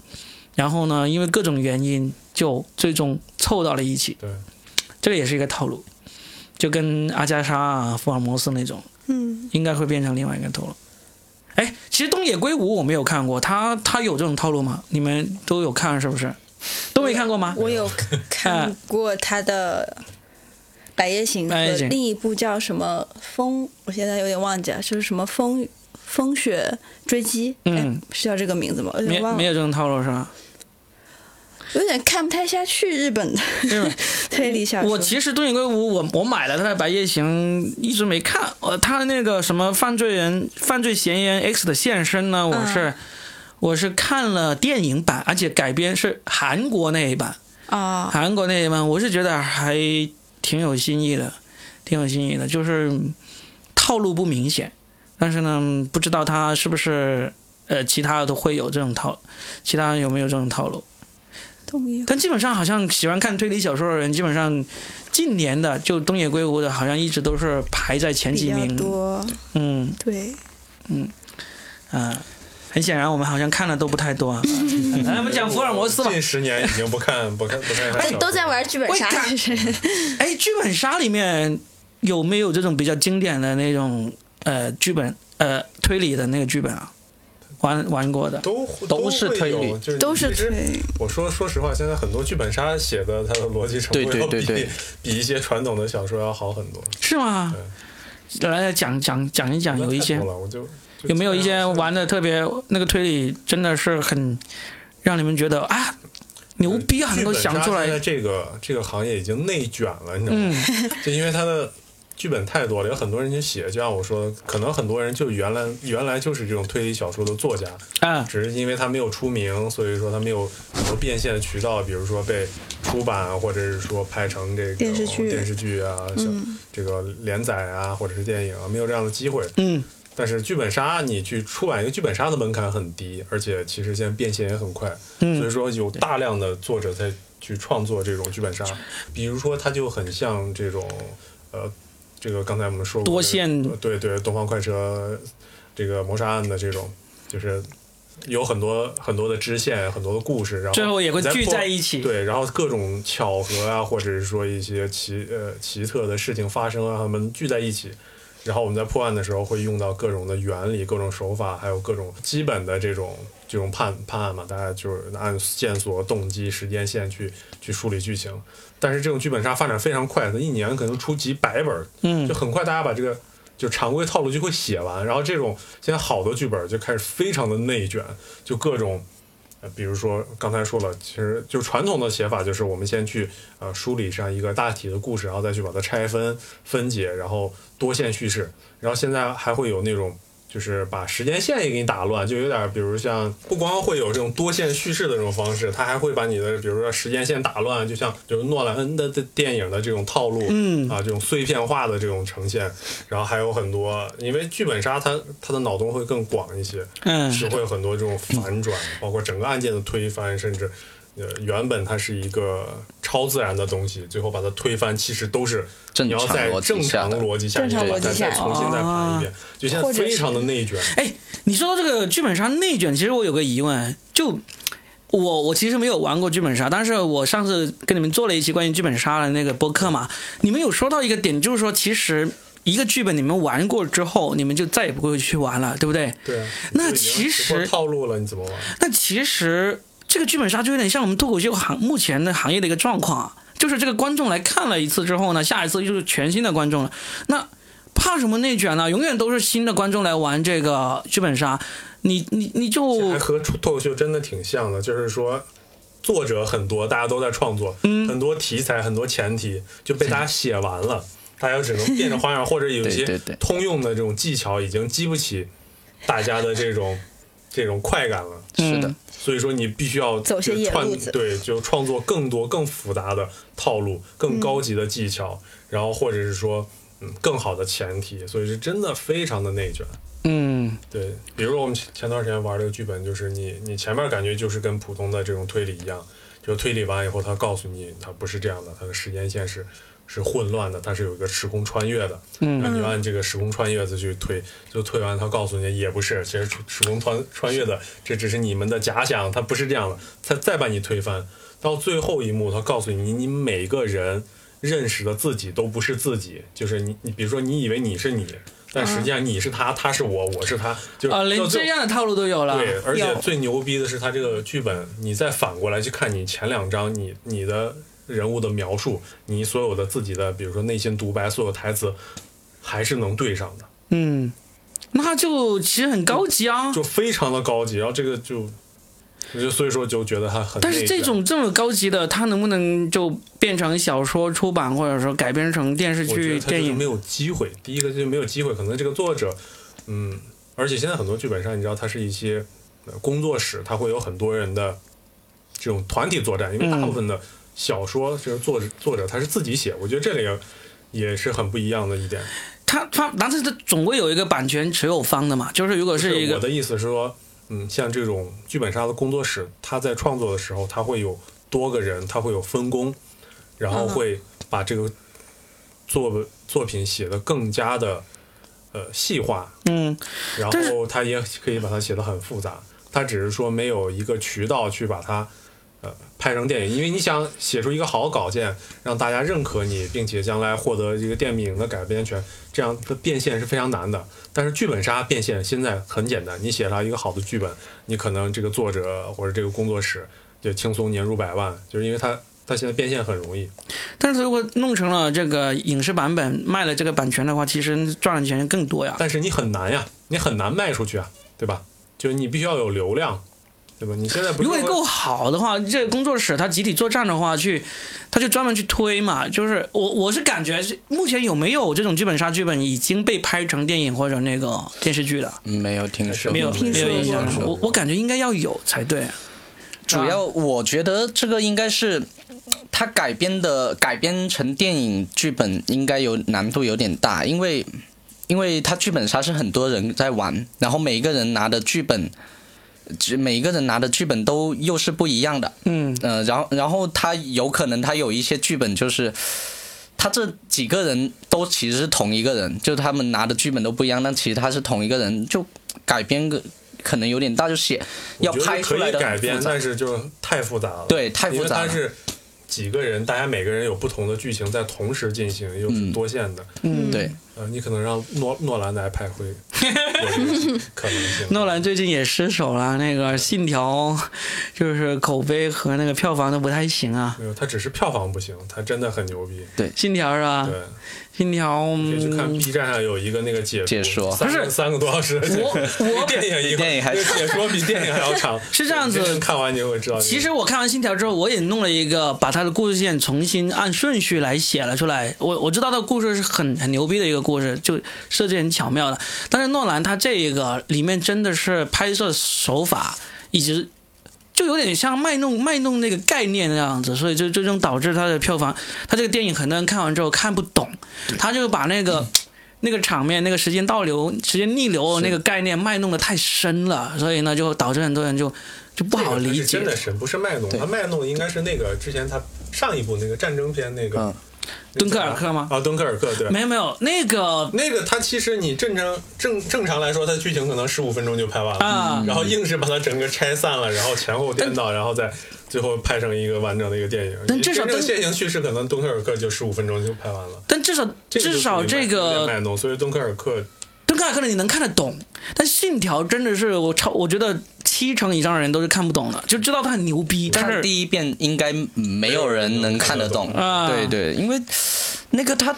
A: 然后呢，因为各种原因，就最终凑到了一起。
B: 对，
A: 这个也是一个套路，就跟阿加莎啊、福尔摩斯那种，
C: 嗯，
A: 应该会变成另外一个套路。哎，其实东野圭吾我没有看过，他他有这种套路吗？你们都有看是不是？都没看过吗？
C: 我有看过他的《百夜行》
A: 百夜
C: 和
A: 行
C: 另一部叫什么《风》，我现在有点忘记了，就是什么风。风雪追击，
A: 嗯
C: 哎，是叫这个名字吗？我有
A: 没
C: 点忘
A: 没
C: 了，
A: 有这种套路是吧？
C: 有点点看不太下去日本的 推理小说。
A: 我其实《东野圭吾》，我我买了他的《白夜行》，一直没看。呃，他的那个什么犯罪人、犯罪嫌疑人 X 的现身呢，我是、我是看了电影版，而且改编是韩国那一版，
C: 啊、
A: 韩国那一版，我是觉得还挺有新意的，挺有新意的，就是套路不明显，但是呢，不知道他是不是呃其他的都会有这种套，其他有没有这种套路？
C: 东野
A: 但基本上好像喜欢看推理小说的人，基本上近年的就东野圭吾的，好像一直都是排在前
C: 比
A: 几
C: 较
A: 名。
C: 多，
A: 嗯
C: 对，
A: 啊、很显然我们好像看的都不太 多啊。来，我们讲福尔摩斯吧。
B: 近十年已经不看不看不看他小
C: 而且
B: 说，
C: 哎都在玩剧本杀，
A: 我也
C: 就是
A: 哎，剧本杀里面有没有这种比较经典的那种呃剧本呃推理的那个剧本啊？玩玩过的？
B: 都
D: 都是
B: 会
D: 推
B: 有
D: 理
B: 就是你
C: 都是
B: 其实
C: 推。
B: 我说，说实话，现在很多剧本杀写的，它的逻辑程度要比
D: 对对对对
B: 比一些传统的小说要好很多。
A: 是吗？来讲讲讲一啊讲，有一些
B: 那太多了，我就就
A: 有没有一些
B: 基本上是
A: 玩的特别那个推理真的是很让你们觉得啊牛逼啊，
B: 剧
A: 能够
B: 本
A: 想
B: 杀
A: 出来
B: 现在这个这个行业已经内卷了，你知道吗？
A: 嗯
B: 就因为它的剧本太多了，有很多人去写。就像我说，的，可能很多人就原来原来就是这种推理小说的作家，
A: 啊
B: 只是因为他没有出名，所以说他没有很多变现的渠道，比如说被出版，或者是说拍成这个
C: 电视剧嗯
B: 电视剧啊，像这个连载啊，或者是电影啊，没有这样的机会。
A: 嗯
B: 但是剧本杀，你去出版一个剧本杀的门槛很低，而且其实现在变现也很快，所以
A: 嗯
B: 说有大量的作者在去创作这种剧本杀。比如说，它就很像这种，呃，这个刚才我们说过的
A: 多线
B: 呃对对，东方快车这个谋杀案的这种，就是有很多很多的支线，很多的故事，然后
A: 最后也会
B: 你再
A: 聚
B: 破
A: 在一起
B: 对，然后各种巧合啊，或者是说一些奇呃奇特的事情发生啊，他们聚在一起。然后我们在破案的时候会用到各种的原理、各种手法，还有各种基本的这种这种判判案嘛，大家就是按线索、动机、时间线去去梳理剧情。但是这种剧本杀发展非常快，它一年可能出几百本，
A: 嗯
B: 就很快大家把这个就常规套路就会写完，然后这种现在好的剧本就开始非常的内卷，就各种。呃比如说刚才说了，其实就传统的写法就是我们先去呃梳理上一个大体的故事，然后再去把它拆分分解，然后多线叙事。然后现在还会有那种就是把时间线也给你打乱，就有点比如像不光会有这种多线叙事的这种方式，它还会把你的比如说时间线打啊乱，就像就是诺兰恩的电影的这种套路，
A: 嗯
B: 啊这种碎片化的这种呈现。然后还有很多，因为剧本杀它它的脑洞会更广一些，
A: 嗯
B: 是会有很多这种反转，包括整个案件的推翻，甚至呃原本它是一个超自然的东西，最后把它推翻，其实都是
D: 正
B: 你要
D: 常
B: 在
D: 逻
B: 正
D: 辑下
B: 常
D: 的。哦
B: 逻辑下，
C: 正常
B: 你要
C: 逻辑
B: 再
C: 下
B: 再重新再盘一遍，就现在
C: 或者是
B: 非常的内卷。
A: 哎，你说到这个剧本杀内卷，其实我有个疑问，就我我其实没有玩过剧本杀，但是我上次跟你们做了一期关于剧本杀的那个播客嘛，你们有说到一个点，就是说其实一个剧本你们玩过之后，你们就再也不会去玩了，对不对？
B: 对啊，
A: 那
B: 就已经
A: 其实
B: 突破套路了，你怎么玩？
A: 那其实这个剧本杀就有点像我们脱口秀行目前的行业的一个状况啊，就是这个观众来看了一次之后呢，下一次就是全新的观众了。那怕什么内卷呢？永远都是新的观众来玩这个剧本杀，你你你
B: 其实还
A: 就
B: 和脱口秀真的挺像的，就是说。作者很多，大家都在创作，
C: 嗯
B: 很多题材、很多前提就被大家写完了，大家只能变着花样，或者有一
D: 对
B: 些
D: 对对
B: 通用的这种技巧已经激不起大家的这种这种快感了。
D: 是的
A: 嗯，
B: 所以说你必须要
C: 走些
B: 就
C: 野
B: 创
C: 路子
B: 对，就创作更多、更复杂的套路、更
C: 嗯
B: 高级的技巧，然后或者是说，嗯，更好的前提，所以是真的非常的内卷。
A: 嗯
B: 对，比如说我们前前段时间玩这个剧本，就是你你前面感觉就是跟普通的这种推理一样，就推理完以后，他告诉你它不是这样的，它的时间线是是混乱的，它是有一个时空穿越的，
A: 嗯
B: 那你就按这个时空穿越的去推，就推完他告诉你也不是，其实时空穿穿越的这只是你们的假想，它不是这样的，他再把你推翻，到最后一幕他告诉你，你每个人认识的自己都不是自己，就是你你比如说你以为你是你，但实际上你是他，他是我，我是他，就
A: 啊，
B: 到
A: 连
B: 最
A: 这样的套路都有了。
B: 对，而且
C: 有
B: 最牛逼的是，他这个剧本，你再反过来去看你前两章，你你的人物的描述，你所有的自己的，比如说内心独白，所有台词，还是能对上的，
A: 嗯，那就其实很高级啊。
B: 就非常的高级。然后这个就就所以说就觉得他很内卷。
A: 但是这种这么高级的，它能不能就变成小说出版，或者说改编成电视
B: 我觉
A: 剧、
B: 得他就
A: 电
B: 是没
A: 影？
B: 有机会。第一个就是没有机会，可能这个作者，嗯，而且现在很多剧本杀，你知道，它是一些呃工作室，它会有很多人的这种团体作战，因为大部分的小说，这个作者作者他是自己写，我觉得这个也是很不一样的一点。
A: 它它，但是它总归有一个版权持有方的嘛，就是如果
B: 就是
A: 一
B: 我
A: 个
B: 的意思是说，嗯，像这种剧本杀的工作室，他在创作的时候，他会有多个人，他会有分工，
A: 嗯
B: 然后会把这个作作品写得更加的呃细化，
A: 嗯，
B: 然
A: 但是
B: 后他也可以把它写得很复杂，他只是说没有一个渠道去把它。呃，拍成电影，因为你想写出一个好稿件，让大家认可你，并且将来获得这个电影的改编权，这样的变现是非常难的。但是剧本杀变现现在很简单，你写了一个好的剧本，你可能这个作者或者这个工作室就轻松年入百万，就是因为他他现在变现很容易。
A: 但是如果弄成了这个影视版本，卖了这个版权的话，其实赚的钱更多呀。
B: 但是你很难呀，你很难卖出去啊，对吧？就是你必须要有流量，对吧？你现在不是
A: 如果
B: 说
A: 够好的话，这个工作室它集体作战的话，去，他就专门去推嘛。就是我我是感觉是，目前有没有这种剧本杀剧本已经被拍成电影或者那个电视剧了？
C: 嗯
D: 没有听说，
A: 没有，
B: 嗯听
A: 没有
C: 说
A: 印象
C: 过
A: 了。我我感觉应该要有才对。啊
D: 主要我觉得这个应该是它改编的改编成电影剧本应该有难度有点大，因为因为它剧本杀是很多人在玩，然后每一个人拿的剧本，只每一个人拿的剧本都又是不一样的，
A: 嗯，
D: 呃，然后然后他有可能他有一些剧本就是。他这几个人都其实是同一个人，就他们拿的剧本都不一样，但其实他是同一个人，就改编个可能有点大，就写要
B: 我觉得
D: 拍出来
B: 可
D: 的
B: 以改编
D: 复，杂
B: 但是就太复杂了。
D: 对太复
B: 因
D: 杂
B: 为它
D: 了
B: 是几个人，大家每个人有不同的剧情在同时进行，又是多线的。
A: 嗯
D: 对，
B: 呃，你可能让诺诺兰来拍会有这 个可能性。
A: 诺兰最近也失手了，那个《信条》 就是口碑和那个票房都不太行啊，
B: 没有，他只是票房不行，他真的很牛逼。
A: 《信条》是
D: 啊
A: 吧？
B: 对，
A: 《信条》
B: 可以去看
A: 嗯
B: B 站上有一个那个解
D: 解说
B: 三
A: 不是
B: 三个多小时的解说，
A: 我我
B: 比电影一个
D: 电影还
B: 那个解说比电影还要长，
A: 是这样子
B: 你真看完你就会知道。
A: 其实我看完《信条》之后，我也弄了一个，把它的故事线重新按顺序来写了出来。我我知道的故事是很很牛逼的一个故事，就设计很巧妙的。但是诺兰他这一个里面真的是拍摄手法以及。就有点像卖弄卖弄那个概念那样子，所以就最终导致他的票房，他这个电影很多人看完之后看不懂，他就把那
B: 嗯
A: 个、那个场面、那个时间倒流、时间逆流
D: 是
A: 那个概念卖弄的太深了，所以呢，就导致很多人就就不
B: 这个
A: 好
B: 才是
A: 理解。
B: 真的神不是卖弄，
D: 对
B: 他卖弄的应该是那个之前他上一部那个战争片那个
D: 嗯
B: 那
A: 敦
B: 个
A: 刻尔
B: 叫啥
A: 克吗
B: 啊，敦刻尔克对。
A: 没有没有，那个
B: 那个它其实你正常正正常来说，它剧情可能十五分钟就拍完了，
A: 啊
B: 然后硬是把它整个拆散了，然后前后颠倒，然后再最后拍成一个完整的一个电影。
A: 但至少
B: 真正
A: 敦
B: 现行叙事可能敦刻尔克就十五分钟就拍完了。
A: 但至少
B: 这个就
A: 至少
B: 属于
A: 这
B: 有点
A: 个
B: 卖弄，所以敦刻尔克
A: 敦刻尔克的你能看得懂，但信条真的是我超，我觉得七成以上的人都是看不懂的，就知道他很牛逼，但
D: 看
A: 是
D: 第一遍应该没有人能看得懂
B: 没有人能看
A: 啊
B: 得懂，
D: 对对，因为那个他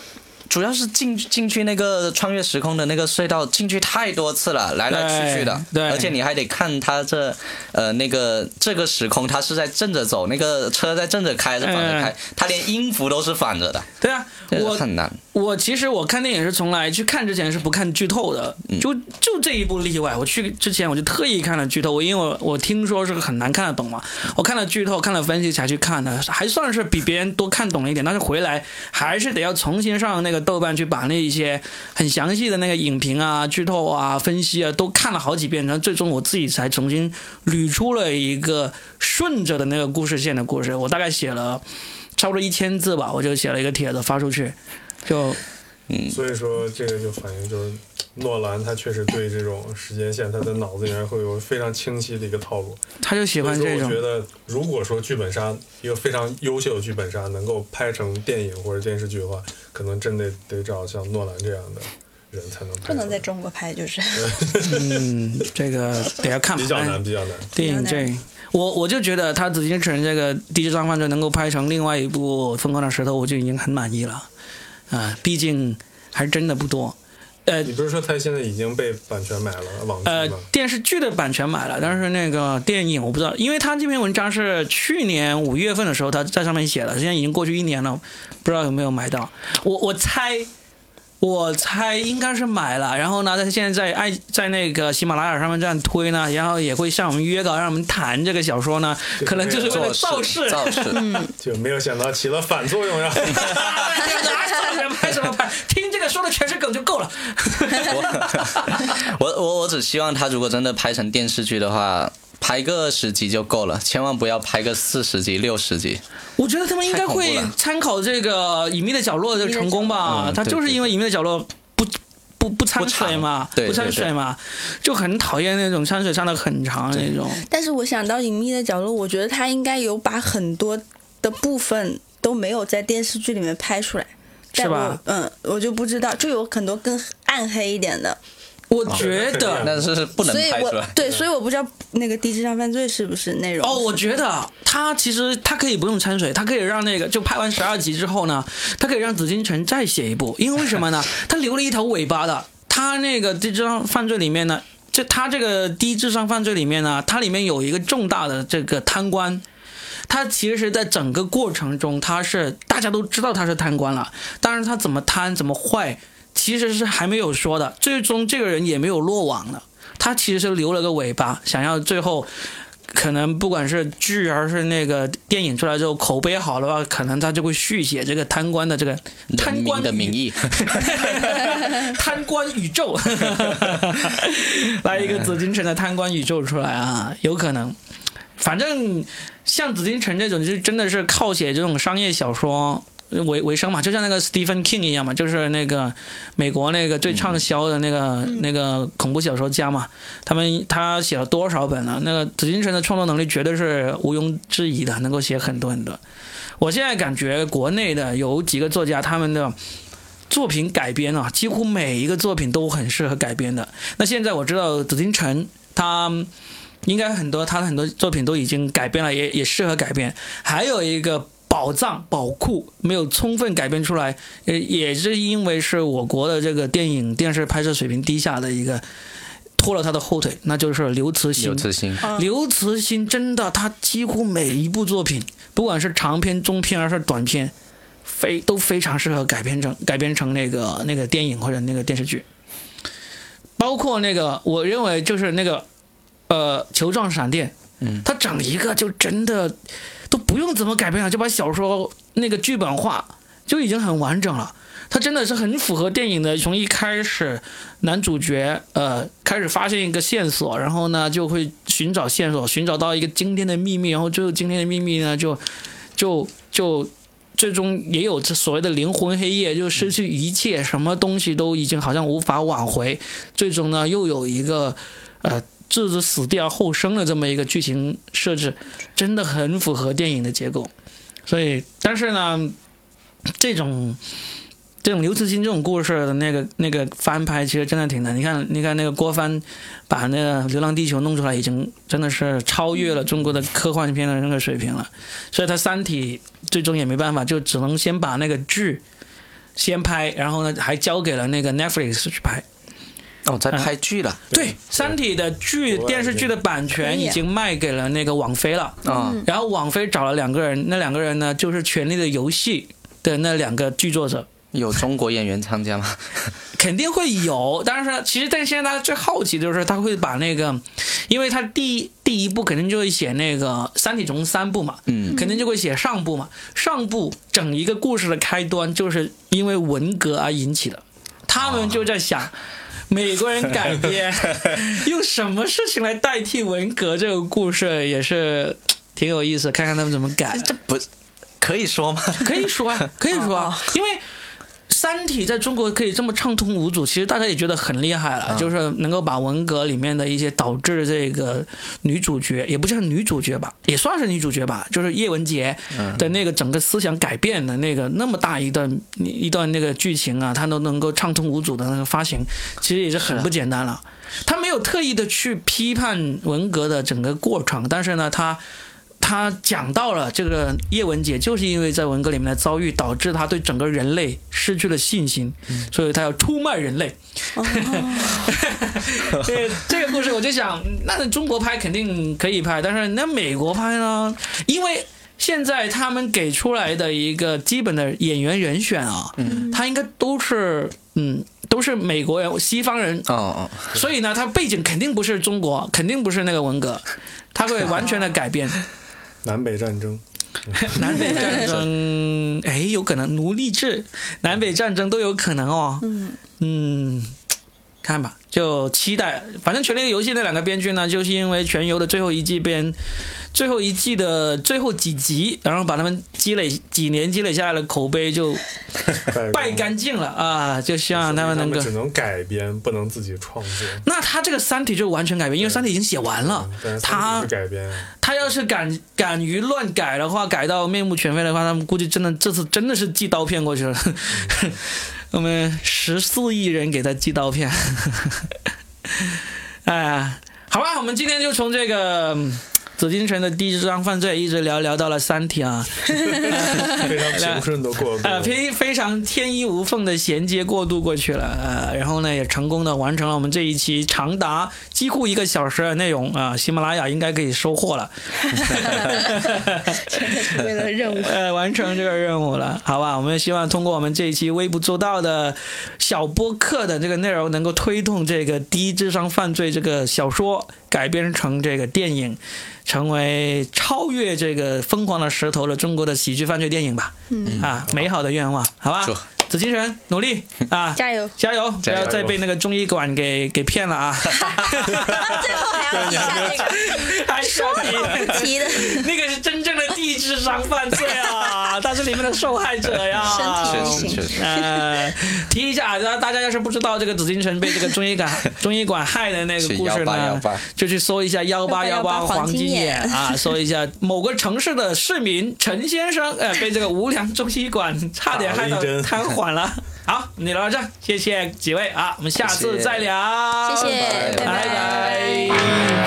D: 主要是进进去那个穿越时空的那个隧道进去太多次了，来来去去的，
A: 哎对对
D: 而且你还得看他这呃那个这个时空他是在正着走，那个车在正着开还是反着开，他连音符都是反着的，
A: 对啊，
D: 这个
A: 哎我
D: 很难。
A: 我其实我看电影是从来去看之前是不看剧透的，就就这一部例外。我去之前我就特意看了剧透，我因为我我听说是很难看得懂嘛，我看了剧透，看了分析才去看的，还算是比别人多看懂了一点。但是回来还是得要重新上那个豆瓣去把那一些很详细的那个影评啊、剧透啊、分析啊都看了好几遍，然后最终我自己才重新捋出了一个顺着的那个故事线的故事。我大概写了差不多一千字吧，我就写了一个帖子发出去。就
B: 所以说，这个就反映就是诺兰，他确实对这种时间线，他的脑子里面会有非常清晰的一个套路。
A: 他就喜
B: 所以
A: 欢
B: 说，
A: 这
B: 我
A: 种
B: 觉，得如果说剧本杀一个非常优秀的剧本杀能够拍成电影或者电视剧的话，可能真的得找像诺兰这样的人才能拍出来。
C: 不能在中国拍，就是
A: 嗯，这个得要看吧
B: 比较难，
A: 哎
B: 比较难。
A: 电影这，我我就觉得他《紫禁城》这个《第一张犯罪》能够拍成另外一部《疯狂的石头》，我就已经很满意了。啊、毕竟还真的不多。呃
B: 你不是说他现在已经被版权买了网剧
A: 呃
B: 吗？，
A: 电视剧的版权买了，但是那个电影我不知道，因为他这篇文章是去年五月份的时候他在上面写的，现在已经过去一年了，不知道有没有买到。我我猜，我猜应该是买了。然后呢，他现在在爱在那个喜马拉雅上面这样推呢，然后也会向我们约稿，让我们谈这个小说呢，可能就是为了
D: 做
A: 造势。
D: 事 造势，
B: 就没有想到起了反作用，然
A: 哎
B: 后
A: 拍什么拍？ 听这个说的全是梗就够了。
D: 我我我只希望他如果真的拍成电视剧的话，拍个十集就够了，千万不要拍个四十集、六十集。
A: 我觉得他们应该会参考这个《隐秘的角落》的成功吧
D: 嗯，
A: 他就是因为《隐秘的角落》不不不掺
D: 不长
A: 水嘛，
D: 对
A: 不掺
D: 对对
A: 水嘛，就很讨厌那种掺水掺的很长的那种。
E: 但是我想到隐秘的角落，我觉得他应该有把很多的部分都没有在电视剧里面拍出来，
A: 是
E: 但我
A: 吧？
E: 嗯，我就不知道，就有很多更暗黑一点的，
A: 我觉
B: 对对
A: 得
B: 对
D: 但是不能
E: 所以
D: 拍出
E: 我
D: 来。
E: 对，所以我不知道那个低智商犯罪是不是内容
A: 哦，我觉得他其实他可以不用掺水，他可以让那个就拍完十二集之后呢，他可以让紫禁城再写一部，因为为什么 呢？他留了一条尾巴的，他那个低智商犯罪里面呢，就他这个低智商犯罪里面呢，它里面有一个重大的这个贪官。他其实，在整个过程中，他是大家都知道他是贪官了，但是他怎么贪怎么坏，其实是还没有说的。最终这个人也没有落网的，他其实是留了个尾巴，想要最后可能不管是剧还是那个电影出来之后口碑好的话，可能他就会续写这个贪官的这个
D: 人
A: 贪官
D: 民的名义，
A: 贪官宇宙，来一个紫禁城的贪官宇宙出来啊，有可能。反正像紫禁城这种，就真的是靠写这种商业小说呃为为生嘛，就像那个 Stephen King 一样嘛，就是那个美国那个最畅销的那个、那个恐怖小说家嘛，他们他写了多少本了？那个紫禁城的创作能力绝对是毋庸置疑的，能够写很多很多。我现在感觉国内的有几个作家，他们的作品改编啊，几乎每一个作品都很适合改编啊的。那现在我知道紫禁城，他应该很多他的很多作品都已经改编了，也也适合改编。还有一个宝藏宝库没有充分改编出来，呃，也是因为是我国的这个电影电视拍摄水平低下的一个拖了他的后腿，那就是刘慈欣
D: 有。自信。
A: 刘慈欣真的，他几乎每一部作品，不管是长篇、中篇还是短篇，非都非常适合改编成改编成那个那个电影或者那个电视剧。包括那个，我认为就是那个，呃，球状闪电，
D: 嗯，
A: 他整一个就真的都不用怎么改编了，就把小说那个剧本化就已经很完整了。他真的是很符合电影的，从一开始男主角呃开始发现一个线索，然后呢就会寻找线索，寻找到一个惊天的秘密，然后最后惊天的秘密呢就就就最终也有这所谓的灵魂黑夜，就失去一切，什么东西都已经好像无法挽回，最终呢又有一个呃置之死地而后生的这么一个剧情设置，真的很符合电影的结构。所以，但是呢，这种这种刘慈欣这种故事的那个那个翻拍，其实真的挺难。你看，你看那个郭帆把那个《流浪地球》弄出来，已经真的是超越了中国的科幻片的那个水平了。所以他《三体》最终也没办法，就只能先把那个剧先拍，然后呢还交给了那个 Netflix 去拍。
D: 哦，在拍剧了
A: 对，《三体》的剧
B: 国外
A: 电视剧的版权已经卖给了那个网飞了。
D: 啊！
A: 然后网飞找了两个人，那两个人呢就是《权力的游戏》的那两个剧作者，
D: 有中国演员参加吗？
A: 肯定会有。但是呢其实，但现在大家最好奇的就是他会把那个，因为他第一第一部肯定就会写那个《三体》总共三部嘛，
D: 嗯，
A: 肯定就会写上部嘛。上部整一个故事的开端就是因为文革而引起的，他们就在想。美国人改编，用什么事情来代替文革这个故事也是挺有意思，看看他们怎么改。
D: 这不可以说吗？
A: 可以说啊，可以说啊，因为《三体》在中国可以这么畅通无阻，其实大家也觉得很厉害了，就是能够把文革里面的一些导致这个女主角，也不叫女主角吧，也算是女主角吧，就是叶文洁的那个整个思想改变的那个那么大一段一段那个剧情啊，她都能够畅通无阻的那个发行，其实也是很不简单了。他没有特意的去批判文革的整个过程，但是呢，他。他讲到了这个叶文洁就是因为在文革里面的遭遇，导致他对整个人类失去了信心，所以他要出卖人类。对 这个故事，我就想，那中国拍肯定可以拍，但是那美国拍呢？因为现在他们给出来的一个基本的演员人选啊，嗯，他应该都是嗯都是美国人、西方人，
D: 哦哦，
A: 所以呢，他背景肯定不是中国，肯定不是那个文革，他会完全的改变。
B: 南北战争，
A: 南北战争，哎，有可能奴隶制，南北战争都有可能哦。嗯看吧，就期待。反正《权力的游戏》那两个编剧呢，就是因为《全游》的最后一季编，最后一季的最后几集，然后把他们积累几年积累下来的口碑就败干净了啊！就希望他们能够。
B: 只能改编，不能自己创作。嗯
A: 那他这个《三体》就完全改编，因为《三体》已经写完了
B: 但是，
A: 他
B: 是改编，啊
A: 他要是敢敢于乱改的话，改到面目全非的话，他们估计真的这次真的是寄刀片过去了。我们十四亿人给他寄刀片，哎呀，好吧，我们今天就从这个。嗯紫禁城的第一章犯罪一直聊聊到了《三体》啊，
B: 非常平顺的过渡。
A: 呃，非非常天衣无缝的衔接过渡过去了，呃，然后呢，也成功的完成了我们这一期长达几乎一个小时的内容啊、喜马拉雅应该可以收获了。
E: 为了任务，
A: 呃，完成这个任务了，好吧？我们希望通过我们这一期微不足道的小播客的这个内容，能够推动这个低智商犯罪这个小说改编成这个电影，成为超越这个疯狂的石头的中国的喜剧犯罪电影吧。嗯啊，美好的愿望，好吧
D: 祝？
A: 紫金神努力啊！
E: 加油！
A: 加油！不
D: 加油
A: 要再被那个中医馆给给骗 了啊！
E: 最后还要提一下那个
D: 哎
A: 还说 你。
E: 提的
A: 那个是真正的低智商犯罪啊，他是里面的受害者呀、
D: 确
E: 身体
D: 啊实确实，
A: 呃，提一下，大家大家要是不知道这个紫禁城被这个中医馆中医馆害的那个故事
D: 是
A: 呢
D: 1818，
A: 就去搜一下幺八幺八
E: 1818
A: 黄
E: 黄
A: 金眼
E: 金眼
A: 啊，搜一下某个城市的市民陈先生，呃，被这个无良中医馆差点害到
B: 打了一针
A: 瘫痪了。好，你聊到这儿，谢谢几位啊，我们下次再聊，
E: 谢谢，拜
D: 拜
A: 拜
E: 拜。
A: 拜